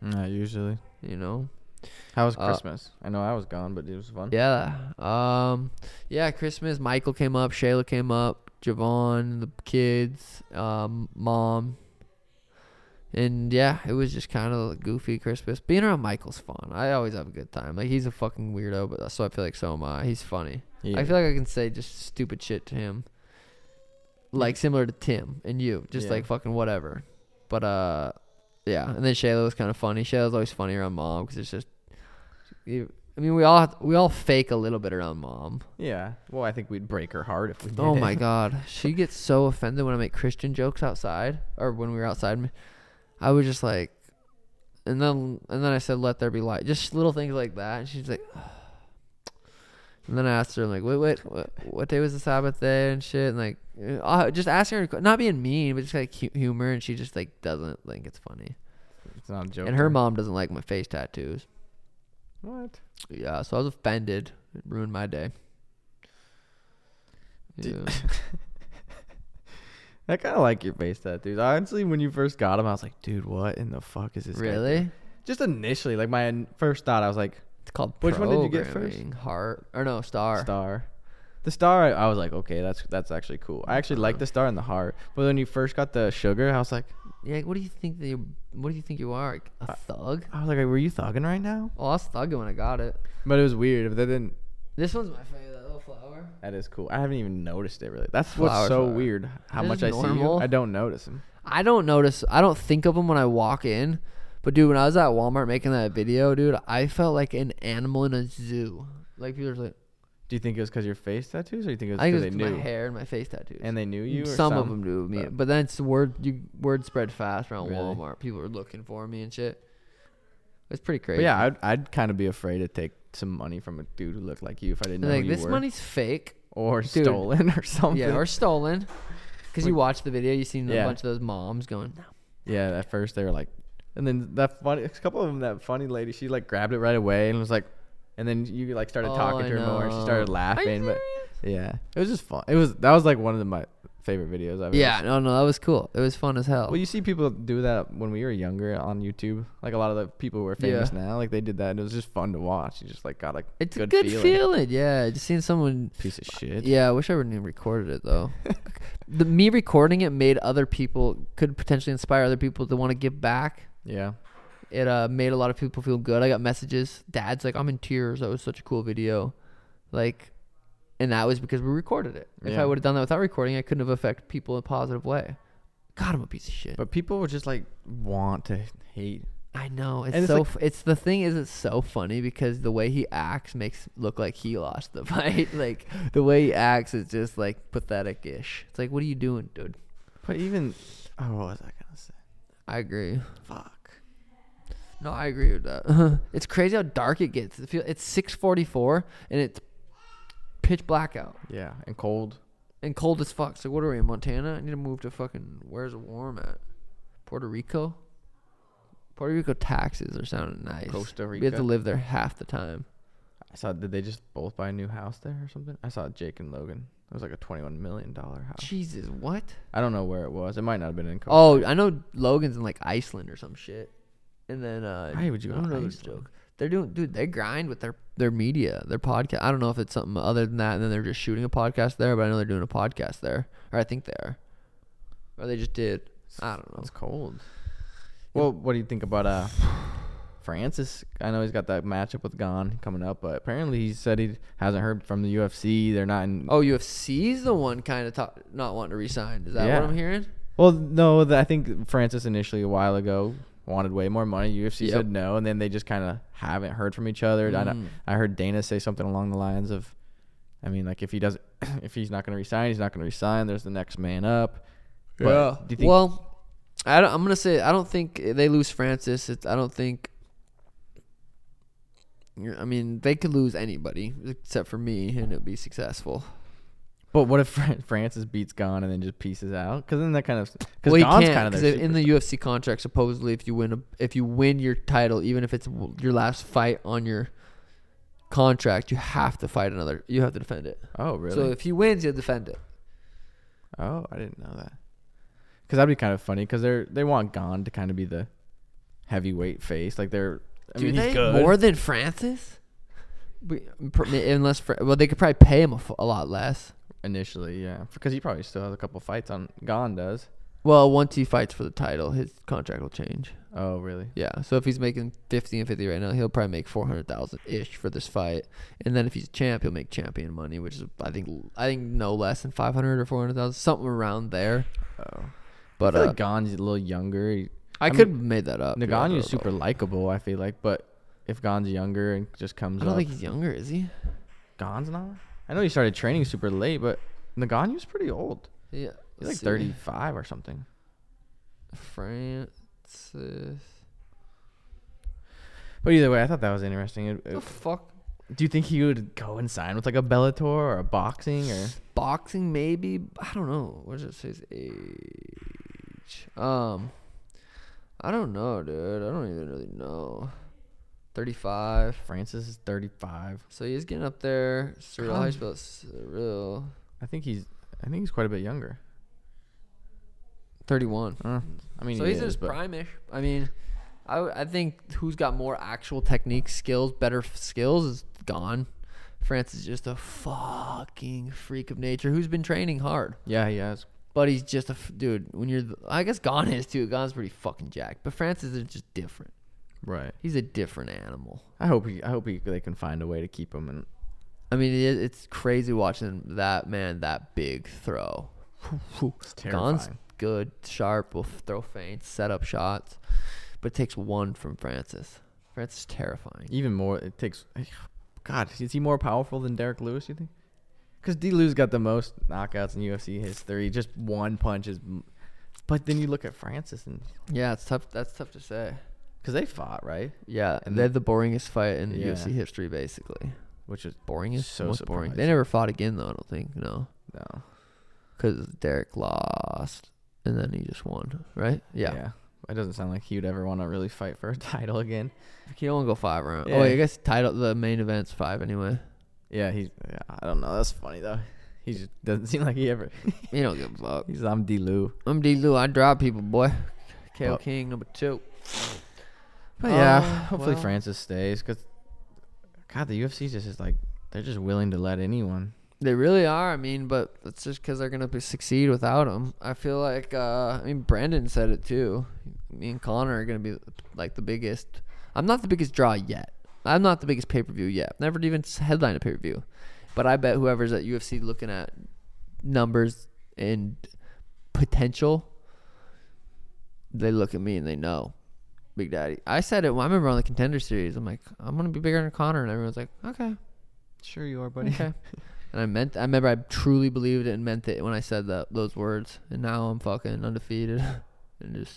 Not usually. You know? How was Uh, Christmas? I know I was gone, but it was fun. Yeah. Um. Yeah. Christmas. Michael came up. Shayla came up. Javon, the kids, um, mom, and yeah, it was just kind of goofy Christmas. Being around Michael's fun. I always have a good time. Like he's a fucking weirdo, but so I feel like so am I. He's funny. Yeah. I feel like I can say just stupid shit to him, like similar to Tim and you, just Mm. Yeah. like fucking whatever. But uh, yeah. And then Shayla was kind of funny. Shayla's always funny around mom because it's just. you- I mean, we all have- we all fake a little bit around mom. Yeah. Well, I think we'd break her heart if we did. Oh it. my god, she gets so offended when I make Christian jokes outside, or when we were outside. I was just like, and then and then I said, "Let there be light," just little things like that. And she's like, and then I asked her, I'm like, "Wait, wait, what, what day was the Sabbath day and shit?" And like, uh, just asking her, not being mean, but just like hu- humor, and she just like doesn't think it's funny. It's not a joke. And her mom doesn't like my face tattoos. What? Yeah, so I was offended. It ruined my day. Dude. Yeah. I kind of like your face tattoos. Honestly, when you first got them, I was like, dude, what in the fuck is this? guy doing? really? Just initially, like my in- first thought, I was like, It's called Which one did you get first? programming. Heart or no star? star. The star, I, I was like, okay, that's that's actually cool. I actually like the star and the heart. But when you first got the sugar, I was like, Yeah. What do you think that you? What do you think you are? Like, a thug? I was like, were you thugging right now? Oh, I was thugging when I got it. But it was weird. But then This one's my favorite. That little flower. that is cool. I haven't even noticed it really. That's Flowers what's so are- weird. How They're much I just see you, normal. I don't notice them. I don't notice. I don't think of them when I walk in. But dude, when I was at Walmart making that video, dude, I felt like an animal in a zoo. Like people are like, Do you think it was because your face tattoos, or you think it was I think it because was they 'cause of knew? my hair and my face tattoos. And they knew you. Or some, of them knew me, but, then it's word you word spread fast around Really? Walmart. People were looking for me and shit. It's pretty But crazy. yeah, I'd, I'd kind of be afraid to take some money from a dude who looked like you if I didn't They're know like who you this were. money's fake. or Dude. stolen or something. Yeah, or stolen. Because you watch the video, you seen Yeah. a bunch of those moms going, no. Yeah, at first they were like, and then that funny, a couple of them, that funny lady, she like grabbed it right away and was like, and then you like started Oh, talking I to her more and she started know. laughing. But yeah, it was just fun. It was that was like one of the, my favorite videos I've ever Yeah, no, no, that was cool. It was fun as hell. Well, you see people do that when we were younger on YouTube. Like a lot of the people who are famous Yeah. now, like they did that, and it was just fun to watch. You just like got like it's a good feeling. Yeah, just seeing someone. Piece of shit. Yeah, I wish I wouldn't have recorded it though. the me recording it made other people could potentially inspire other people to want to give back. Yeah. It uh, made a lot of people feel good. I got messages. Dad's like, I'm in tears. That was such a cool video. Like, and that was because we recorded it. If Yeah. I would have done that without recording, I couldn't have affected people in a positive way. God, I'm a piece of shit. But people would just like want to hate. I know it's And it's so. like- f it's the thing is it's so funny because the way he acts makes it look like he lost the fight. like the way he acts is just like pathetic-ish. It's like, what are you doing, dude? But even oh, what was I gonna say? I agree. Fuck. No, I agree with that. it's crazy how dark it gets. It feel, it's six forty-four and it's pitch black out Yeah, and cold. and cold as fuck. So what are we in Montana? I need to move to fucking where's it warm at? Puerto Rico. Puerto Rico taxes are sounding nice. Costa We have Rica. to live there half the time. I saw. Did they just both buy a new house there or something? I saw Jake and Logan. It was like a twenty-one million dollar house. Jesus, what? I don't know where it was. It might not have been in. Costa Oh, I know Logan's in like Iceland or some shit. And then uh Why would you I don't go know this Iceland? joke. They're doing, dude. They grind with their their media, their podcast. I don't know if it's something other than that, and then they're just shooting a podcast there. But I know they're doing a podcast there, or I think they are, or they just did. I don't know. It's cold. Well, what do you think about uh Francis? I know he's got that matchup with Gon coming up, but apparently he said he hasn't heard from the UFC. They're not in. Oh, UFC's the one kind of talk, not wanting to resign. Is that Yeah. what I'm hearing? Well, no, th- I think Francis initially a while ago wanted way more money. UFC Yep. Mm. said no, and then they just kind of haven't heard from each other. I, know- I heard Dana say something along the lines of, "I mean, like if he doesn't, if he's not going to resign, he's not going to resign. There's the next man up." But Do you think, well, I don't, I'm gonna say I don't think they lose Francis. It's, I don't think. I mean, they could lose anybody except for me, and it'd be successful. but what if Fran- Francis beats Gon and then just pieces out? Because then that kind of because Well, you Gon's can't kind of 'cause in the UFC contract. Supposedly, if you win a, if you win your title, even if it's w- your last fight on your contract, you have to fight another. You have to defend it. oh really? So if he wins, you defend it. Oh, I didn't know that. Because that'd be kind of funny. Because they're they want Gon to kind of be the heavyweight face. Like they're. I Do mean, they he's good. more than Francis? We- pr- Unless, Fra- well, they could probably pay him a, f- a lot less. initially, yeah. Because he probably still has a couple fights on. Gon does. Well, once he fights for the title, his contract will change. Oh, really? Yeah. So if he's making fifty and fifty right now, he'll probably make four hundred thousand ish for this fight. And then if he's a champ, he'll make champion money, which is I think I think no less than five hundred or four hundred thousand, something around there. Oh. I But I, feel uh, like Gon's a little younger. He, I, could have made that up. Yeah, I uh, don't Nagany's super know. likable. I feel like, but if Gon's younger and just comes I don't up, think he's younger, is he? Gon's not. I know he started training super late, but Nagany's pretty old. Yeah. He's like let's see. thirty-five or something. Francis. But either way, I thought that was interesting. It- The it- fuck. Do you think he would go and sign with like a Bellator or a boxing or? boxing maybe i don't know what does it say his age um i don't know dude i don't even really know 35 Francis is 35. so he's getting up there Cyril, how you spell it? Cyril. I think he's I think he's quite a bit younger. 31 Uh, I mean, so he he's in is, his but prime-ish i mean I, w- I think who's got more actual technique skills better f- skills is gone francis is just a fucking freak of nature who's been training hard Yeah, he has. But he's just a f- dude. When you're, th- I guess Gon is too. Gon's pretty fucking jacked. But Francis is just different. Right. He's a different animal. I hope he I hope he, they can find a way to keep him and I mean, it is, it's crazy watching that man that big throw. Gon's it's terrifying. good, sharp, will f- throw feints, set up shots, but takes one from Francis. Francis is terrifying. Even more it takes God, is he more powerful than Derek Lewis, you think? Cuz D Lewis got the most knockouts in UFC history. Just one punch is m- But then you look at Francis and Yeah, it's tough. That's tough to say. cuz they fought, right? Yeah, And and they had the boringest fight in Yeah. UFC history, basically. Which is Boring is So so boring. They surprising. never fought again, though. I don't think. No. no. because Derek lost and then he just won, right? Yeah. It doesn't sound like he would ever want to really fight for a title again. He only go five rounds. Oh, wait, Yeah. I guess title the main event's five anyway. Yeah, he's. Yeah, I don't know. That's funny though. He just doesn't seem like he ever. You don't give a fuck. he's I'm D Lou. I'm D. Lou. I drop people, boy. KO Oh. King number two. But yeah, Uh, hopefully well. Francis stays because, God, the UFC just is like they're just willing to let anyone. They really are. I mean, but it's just because they're gonna be, succeed without him. I feel like. Uh, I mean, Brandon said it too. Me and Connor are gonna be like the biggest. I'm not the biggest draw yet. I'm not the biggest pay per view yet. Never even s- headlined a pay per view, but I bet whoever's at UFC looking at numbers and potential, they look at me and they know. Big Daddy. I said it. I remember on the contender series. I'm like, I'm gonna be bigger than Connor, and everyone's like, okay. Sure you are, buddy. Okay. and I meant I remember I truly believed it and meant it when I said that those words. And now I'm fucking undefeated and just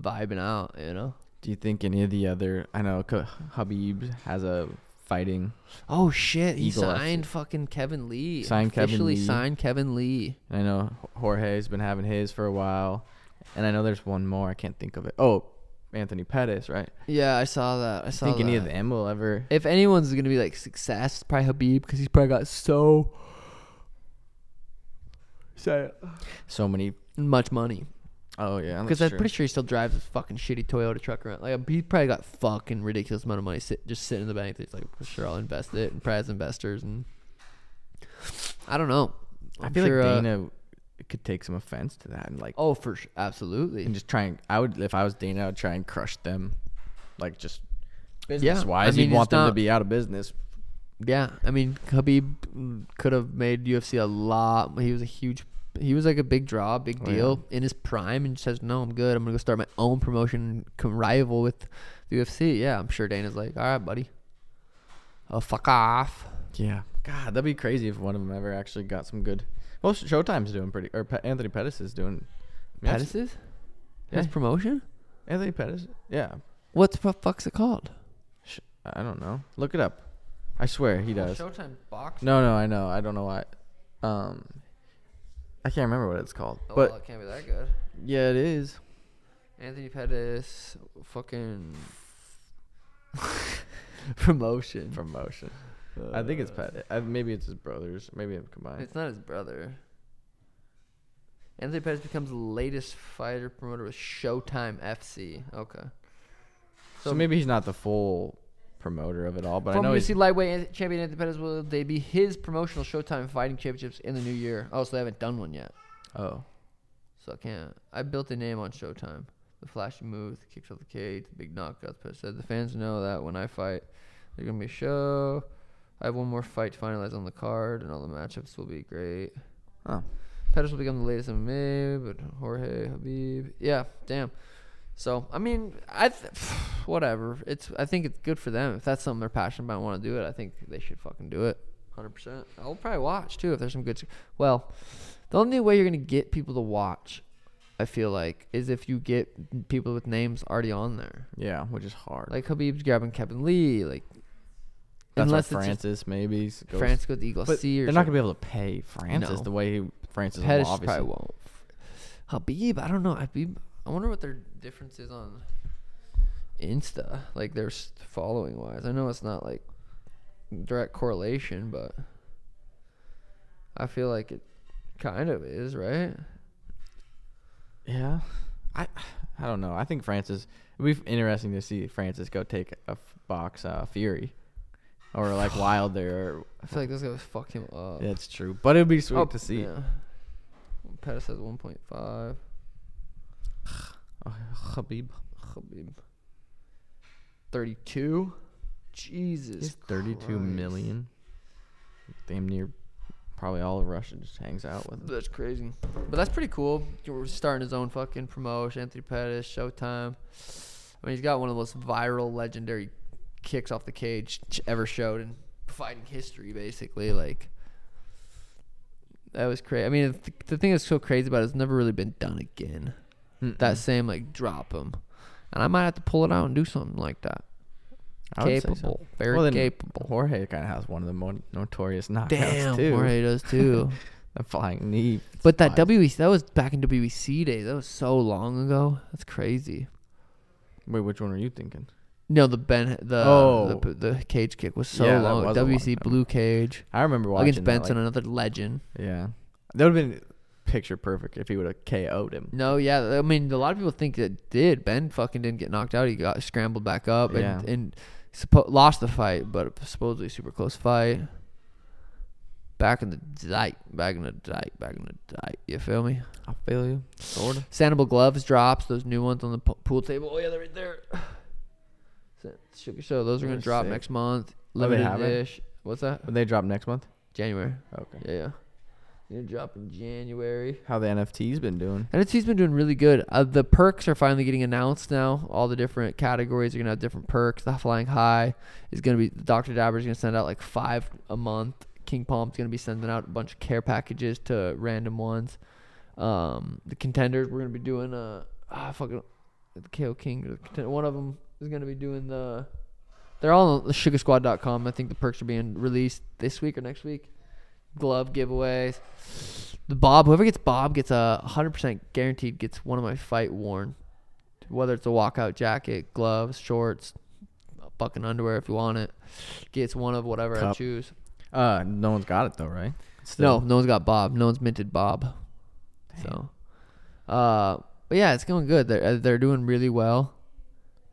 vibing out, you know. Do you think any of the other? I know K- Habib has a fighting, Oh shit, he Eagle FC. signed fucking Kevin Lee. Signed Kevin Officially Lee. signed Kevin Lee. and I know Jorge's been having his for a while, and I know there's one more. I can't think of it. Oh, Anthony Pettis, right? Yeah, I saw that. I saw think any of that. them will ever? If anyone's gonna be like success, probably Habib because he's probably got so So many much money. Oh yeah, Because that's I'm true. pretty sure he still drives his fucking shitty Toyota truck around. Like he probably got fucking ridiculous amount of money sit, just sitting in the bank. He's like, sure, I'll invest it, and probably has investors, and I don't know. I I'm feel sure, uh, like Dana could take some offense to that and like oh, for sure, absolutely. and just try and I would if I was Dana, I would try and crush them, like just I business wise. mean, you'd want it's them to not- be out of business. Yeah, I mean, Khabib could have made UFC a lot. He was a huge, he was like a big draw, big Oh, yeah. deal in his prime, and says, "No, I'm good. I'm gonna go start my own promotion, and come rival with the UFC." Yeah, I'm sure Dana's like, "All right, buddy, oh fuck off." Yeah, God, that'd be crazy if one of them ever actually got some good. Well, Sh- Showtime's doing pretty, or Pe- Anthony Pettis is doing. I mean, that's- Pettis, Yeah. his promotion. Anthony Pettis, yeah. What the fu- fuck's it called? Sh- I don't know. Look it up. I swear Oh, he does. Showtime Box. No, no, I know. I don't know why. Um, I can't remember what it's called, Oh, but can't be that good. yeah, it is. Anthony Pettis, fucking promotion. Promotion. I think it's Pettis. Uh, maybe it's his brothers. Maybe it's combined. It's not his brother. Anthony Pettis becomes the latest fighter promoter with Showtime FC. Okay. So maybe he's not the full promoter of it all, but I From know he's UFC lightweight an- champion Anthony Pettis will debut his promotional Showtime fighting championships in the new year. Oh, so they haven't done one yet. oh So I can't. I built a name on Showtime. The flashy moves, the kicks off the cage, the big knockouts. But said the fans know that when I fight, there's gonna be a show. I have one more fight to finalize on the card, and all the matchups will be great. oh Pettis will become the latest MMA, but Jorge Habib, yeah, damn. So I mean, I th- whatever. It's I think it's good for them if that's something they're passionate about and want to do it. I think they should fucking do it. Hundred percent. I'll probably watch too if there's some good. Well, the only way you're gonna get people to watch, I feel like, is if you get people with names already on there. yeah, which is hard. Like Habib's grabbing Kevin Lee, like That's unless unless it's just Francis maybe s- goes, France goes to Eagle but C or they're not something. gonna be able to pay Francis No. the way he, Francis Pettis will obviously. probably won't. Habib, I don't know. Habib, I wonder what their difference is on Insta, like their s- following wise. I know it's not like direct correlation, but I feel like it kind of is, right? Yeah, I I don't know. I think Francis. It'd be f- interesting to see Francis go take a f- box uh, Fury, or like Wilder. Or, I feel like this guy would fuck him up. that's true, but it'd be sweet Oh, to see. yeah. Pettis has 1.5. Oh, Khabib, Habib. 32? Jesus. he's thirty-two Christ. million. Damn near, probably all of Russia just hangs out with. him. That's crazy. But that's pretty cool. We're starting his own fucking promotion. Anthony Pettis, Showtime. I mean, he's got one of the most viral, legendary kicks off the cage ever showed in fighting history, basically. Like, that was crazy. I mean, th- the thing that's so crazy about it is it's never really been done again. That same, like, drop him. And I might have to pull it out and do something like that. I would say so. capable. Very Well, then capable. Jorge kind of has one of the more notorious knockouts Damn, too. Jorge does too. The flying knee. But that Fine. WEC that was back in WEC days. That was so long ago. That's crazy. Wait, which one were you thinking? No, the Ben the Oh. the, the cage kick was so Yeah, that long. was a long WEC time. blue cage I remember watching against that, like- Benson, another legend. yeah, that would have been picture perfect if he would have KO'd him. No, yeah, I mean a lot of people think it did. Ben fucking didn't get knocked out. He got scrambled back up and Yeah. and suppo- lost the fight, but supposedly a super close fight. Back in the dike, back in the dike, back in the dike. You feel me? I feel you, sort of. Sanibel gloves drops those new ones on the po- pool table. Oh yeah, they're right there. So- Sugar show. Those are gonna They're drop sick. next month. Oh, they Limited haven't? dish. What's that? But they drop next month. January. Okay. Yeah, yeah. They're gonna drop in January. How the NFT's been doing? NFT's been doing really good. Uh, the perks are finally getting announced now. All the different categories are gonna have different perks. The flying high is gonna be Dr. Dabber's gonna send out like five a month. King Palm's gonna be sending out a bunch of care packages to random ones. Um, the contenders we're gonna be doing uh ah, fucking the KO King. or The contender, one of them is gonna be doing the. They're all on the SugarSquad.com. I think the perks are being released this week or next week. Glove giveaways. The Bob, whoever gets Bob gets a hundred percent guaranteed gets one of my fight worn, whether it's a walkout jacket, gloves, shorts, fucking underwear if you want it. Gets one of whatever I Cup. choose. Uh, no one's got it though, right? No, no one's got Bob. No one's minted Bob. So, uh, But yeah, it's going good. They're uh, they're doing really well.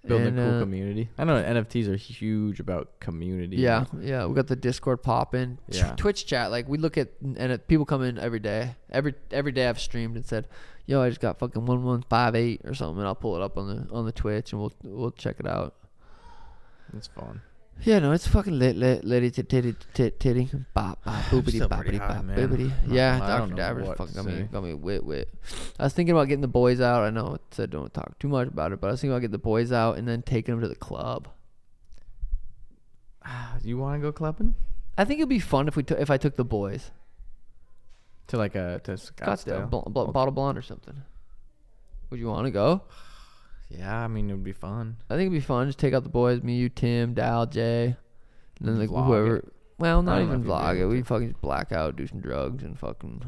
Building And, a cool uh, community. I know NFTs are huge about community. Yeah, yeah, we got the Discord popping. Tw- Yeah. Twitch chat, like we look at and it, people come in every day. Every every day I've streamed and said, "Yo, I just got fucking one one five eight or something," and I'll pull it up on the on the Twitch and we'll we'll check it out. It's fun. Yeah, no, it's fucking lit lit litty tit titty tit titty bop bop boopity still pretty boppity high, bop man. boopity. I'm Yeah, not gonna lie, I don't Doctor know Dabber's what fucking to got me say. got me wit wit. I was thinking about getting the boys out. I know it said don't talk too much about it, but I was thinking about getting the boys out and then taking them to the club. Ah, You want to go clubbing? I think it'd be fun if we took if I took the boys. To like a to Scottsdale, Scottsdale. bl- bl- bottle blonde or something. Would you want to go? Yeah, I mean it would be fun. I think it'd be fun. Just take out the boys, me, you, Tim, Dal, Jay, and then like Vlog whoever. it. Well, I not don't know even if you'd be vlog it. able We to. fucking just black out, do some drugs, and fucking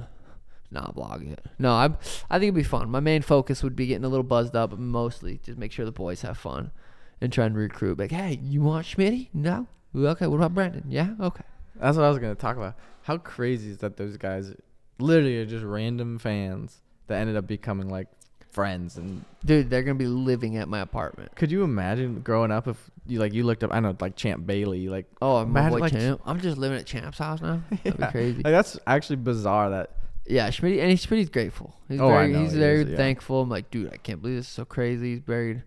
not vlog it. No, I I think it'd be fun. My main focus would be getting a little buzzed up, but mostly just make sure the boys have fun and try and recruit. Like, hey, you want Schmitty? No. Well, Okay, what about Brandon? Yeah, okay. That's what I was gonna talk about. How crazy is that? Those guys literally are just random fans that ended up becoming like friends. And Dude, they're gonna be living at my apartment. could you imagine growing up if you like you looked up? I know like Champ Bailey. Like Oh, I'm my Imagine, boy like, Champ. I'm just living at Champ's house now. That'd yeah. be crazy. Like that's actually bizarre. That Yeah, Schmidt, and he's Schmidt's grateful. He's Oh, I very, know he's he very is, yeah. thankful. I'm like, dude, I can't believe this is so crazy. He's buried,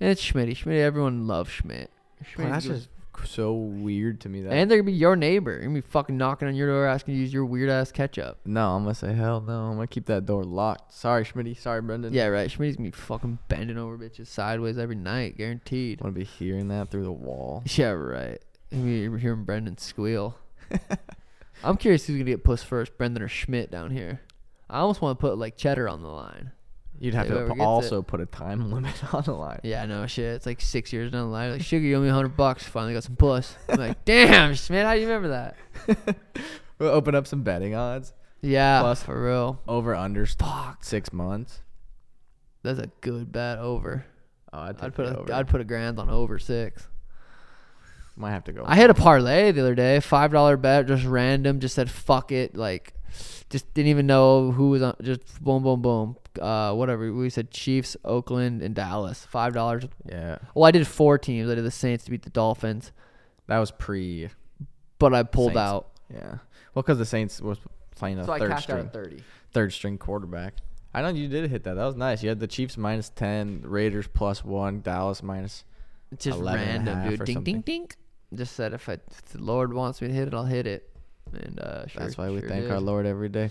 and it's Schmidt. Schmidt, everyone loves Schmidt. Well, Schmidt that's gives- just so weird to me. That and they're gonna be your neighbor. They're gonna be fucking knocking on your door asking you to use your weird ass ketchup. no, I'm gonna say hell no. I'm gonna keep that door locked. Sorry, Schmitty. Sorry, Brendan. Yeah, right. Schmidt's gonna be fucking bending over bitches sideways every night, guaranteed. want to be hearing that through the wall. Yeah, right. I mean, you're hearing Brendan squeal. I'm curious who's gonna get puss first, Brendan or Schmidt down here. I almost want to put like cheddar on the line. You'd have Hey, whoever to gets it. also put a time limit on the line. Yeah, I know shit. It's like six years down the line. Like, sugar, you owe me a hundred bucks. Finally got some puss. I'm like, damn, Schmidt, how do you remember that? We'll open up some betting odds Yeah, Plus- for real. over under fuck six months. That's a good bet over. Oh, I'd, I'd take put the a over. would put a grand on over six. Might have to go. I had a parlay the other day, five dollar bet, just random. Just said fuck it, like, just didn't even know who was on. Just boom, boom, boom. Uh, whatever. We said Chiefs, Oakland, and Dallas. Five dollars. yeah, Well, I did four teams. I did the Saints to beat the Dolphins, that was pre. but I pulled Saints. out. Yeah, well, because the Saints was playing a So I third cashed out string, at thirty. third string quarterback. I know you did hit that. That was nice. You had the Chiefs minus ten, Raiders plus one, Dallas minus. It's just 11 and a random, half dude. or Ding, ding, something. ding. Just said if, I, if the Lord wants me to hit it, I'll hit it. And uh, sure, That's why we sure thank did. our Lord every day.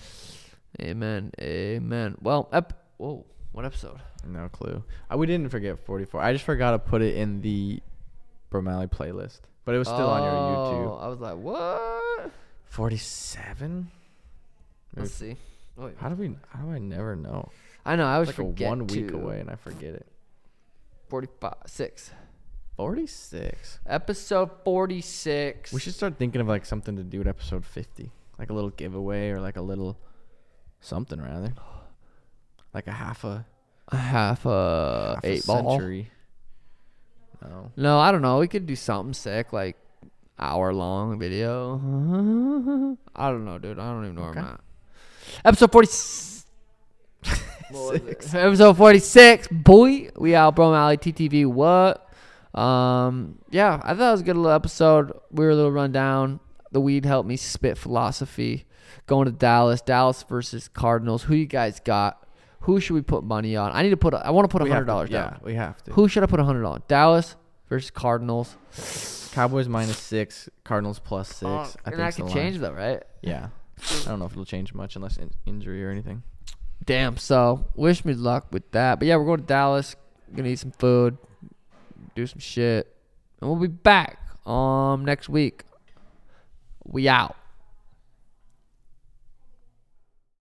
Amen. Amen. Well, ep- whoa, what episode? No clue. Uh, we didn't forget 44. I just forgot to put it in the Bromalley playlist, but it was still on your Oh, YouTube. I was like, what? 47. Let's see. Oh, wait. How do we? How do I never know? I know. I was It's like a forget one week to. away, and I forget it. 45, six. 46. Episode 46. We should start thinking of like something to do at episode 50, like a little giveaway or like a little something rather, like a half a half a half eight a ball. century. No, No, I don't know. We could do something sick, like hour long video. I don't know, dude. I don't even know where I'm Okay. at. Episode forty six. Episode forty six. Boy, we out, bro. Alley TTV. What? Um. Yeah, I thought it was a good little episode. We were a little rundown. The weed helped me spit philosophy. Going to Dallas. Dallas versus Cardinals. Who you guys got? Who should we put money on? I need to put. I want to put a We have hundred to- dollars down. Yeah, we have to. Who should I put a hundred on? Dallas versus Cardinals. Cowboys minus six, Cardinals plus six. I Uh, think and that it's the could line. change though, right? Yeah, I don't know if it'll change much unless in- injury or anything. Damn. So wish me luck with that. But yeah, we're going to Dallas. Gonna eat some food, do some shit, and we'll be back um next week. We out.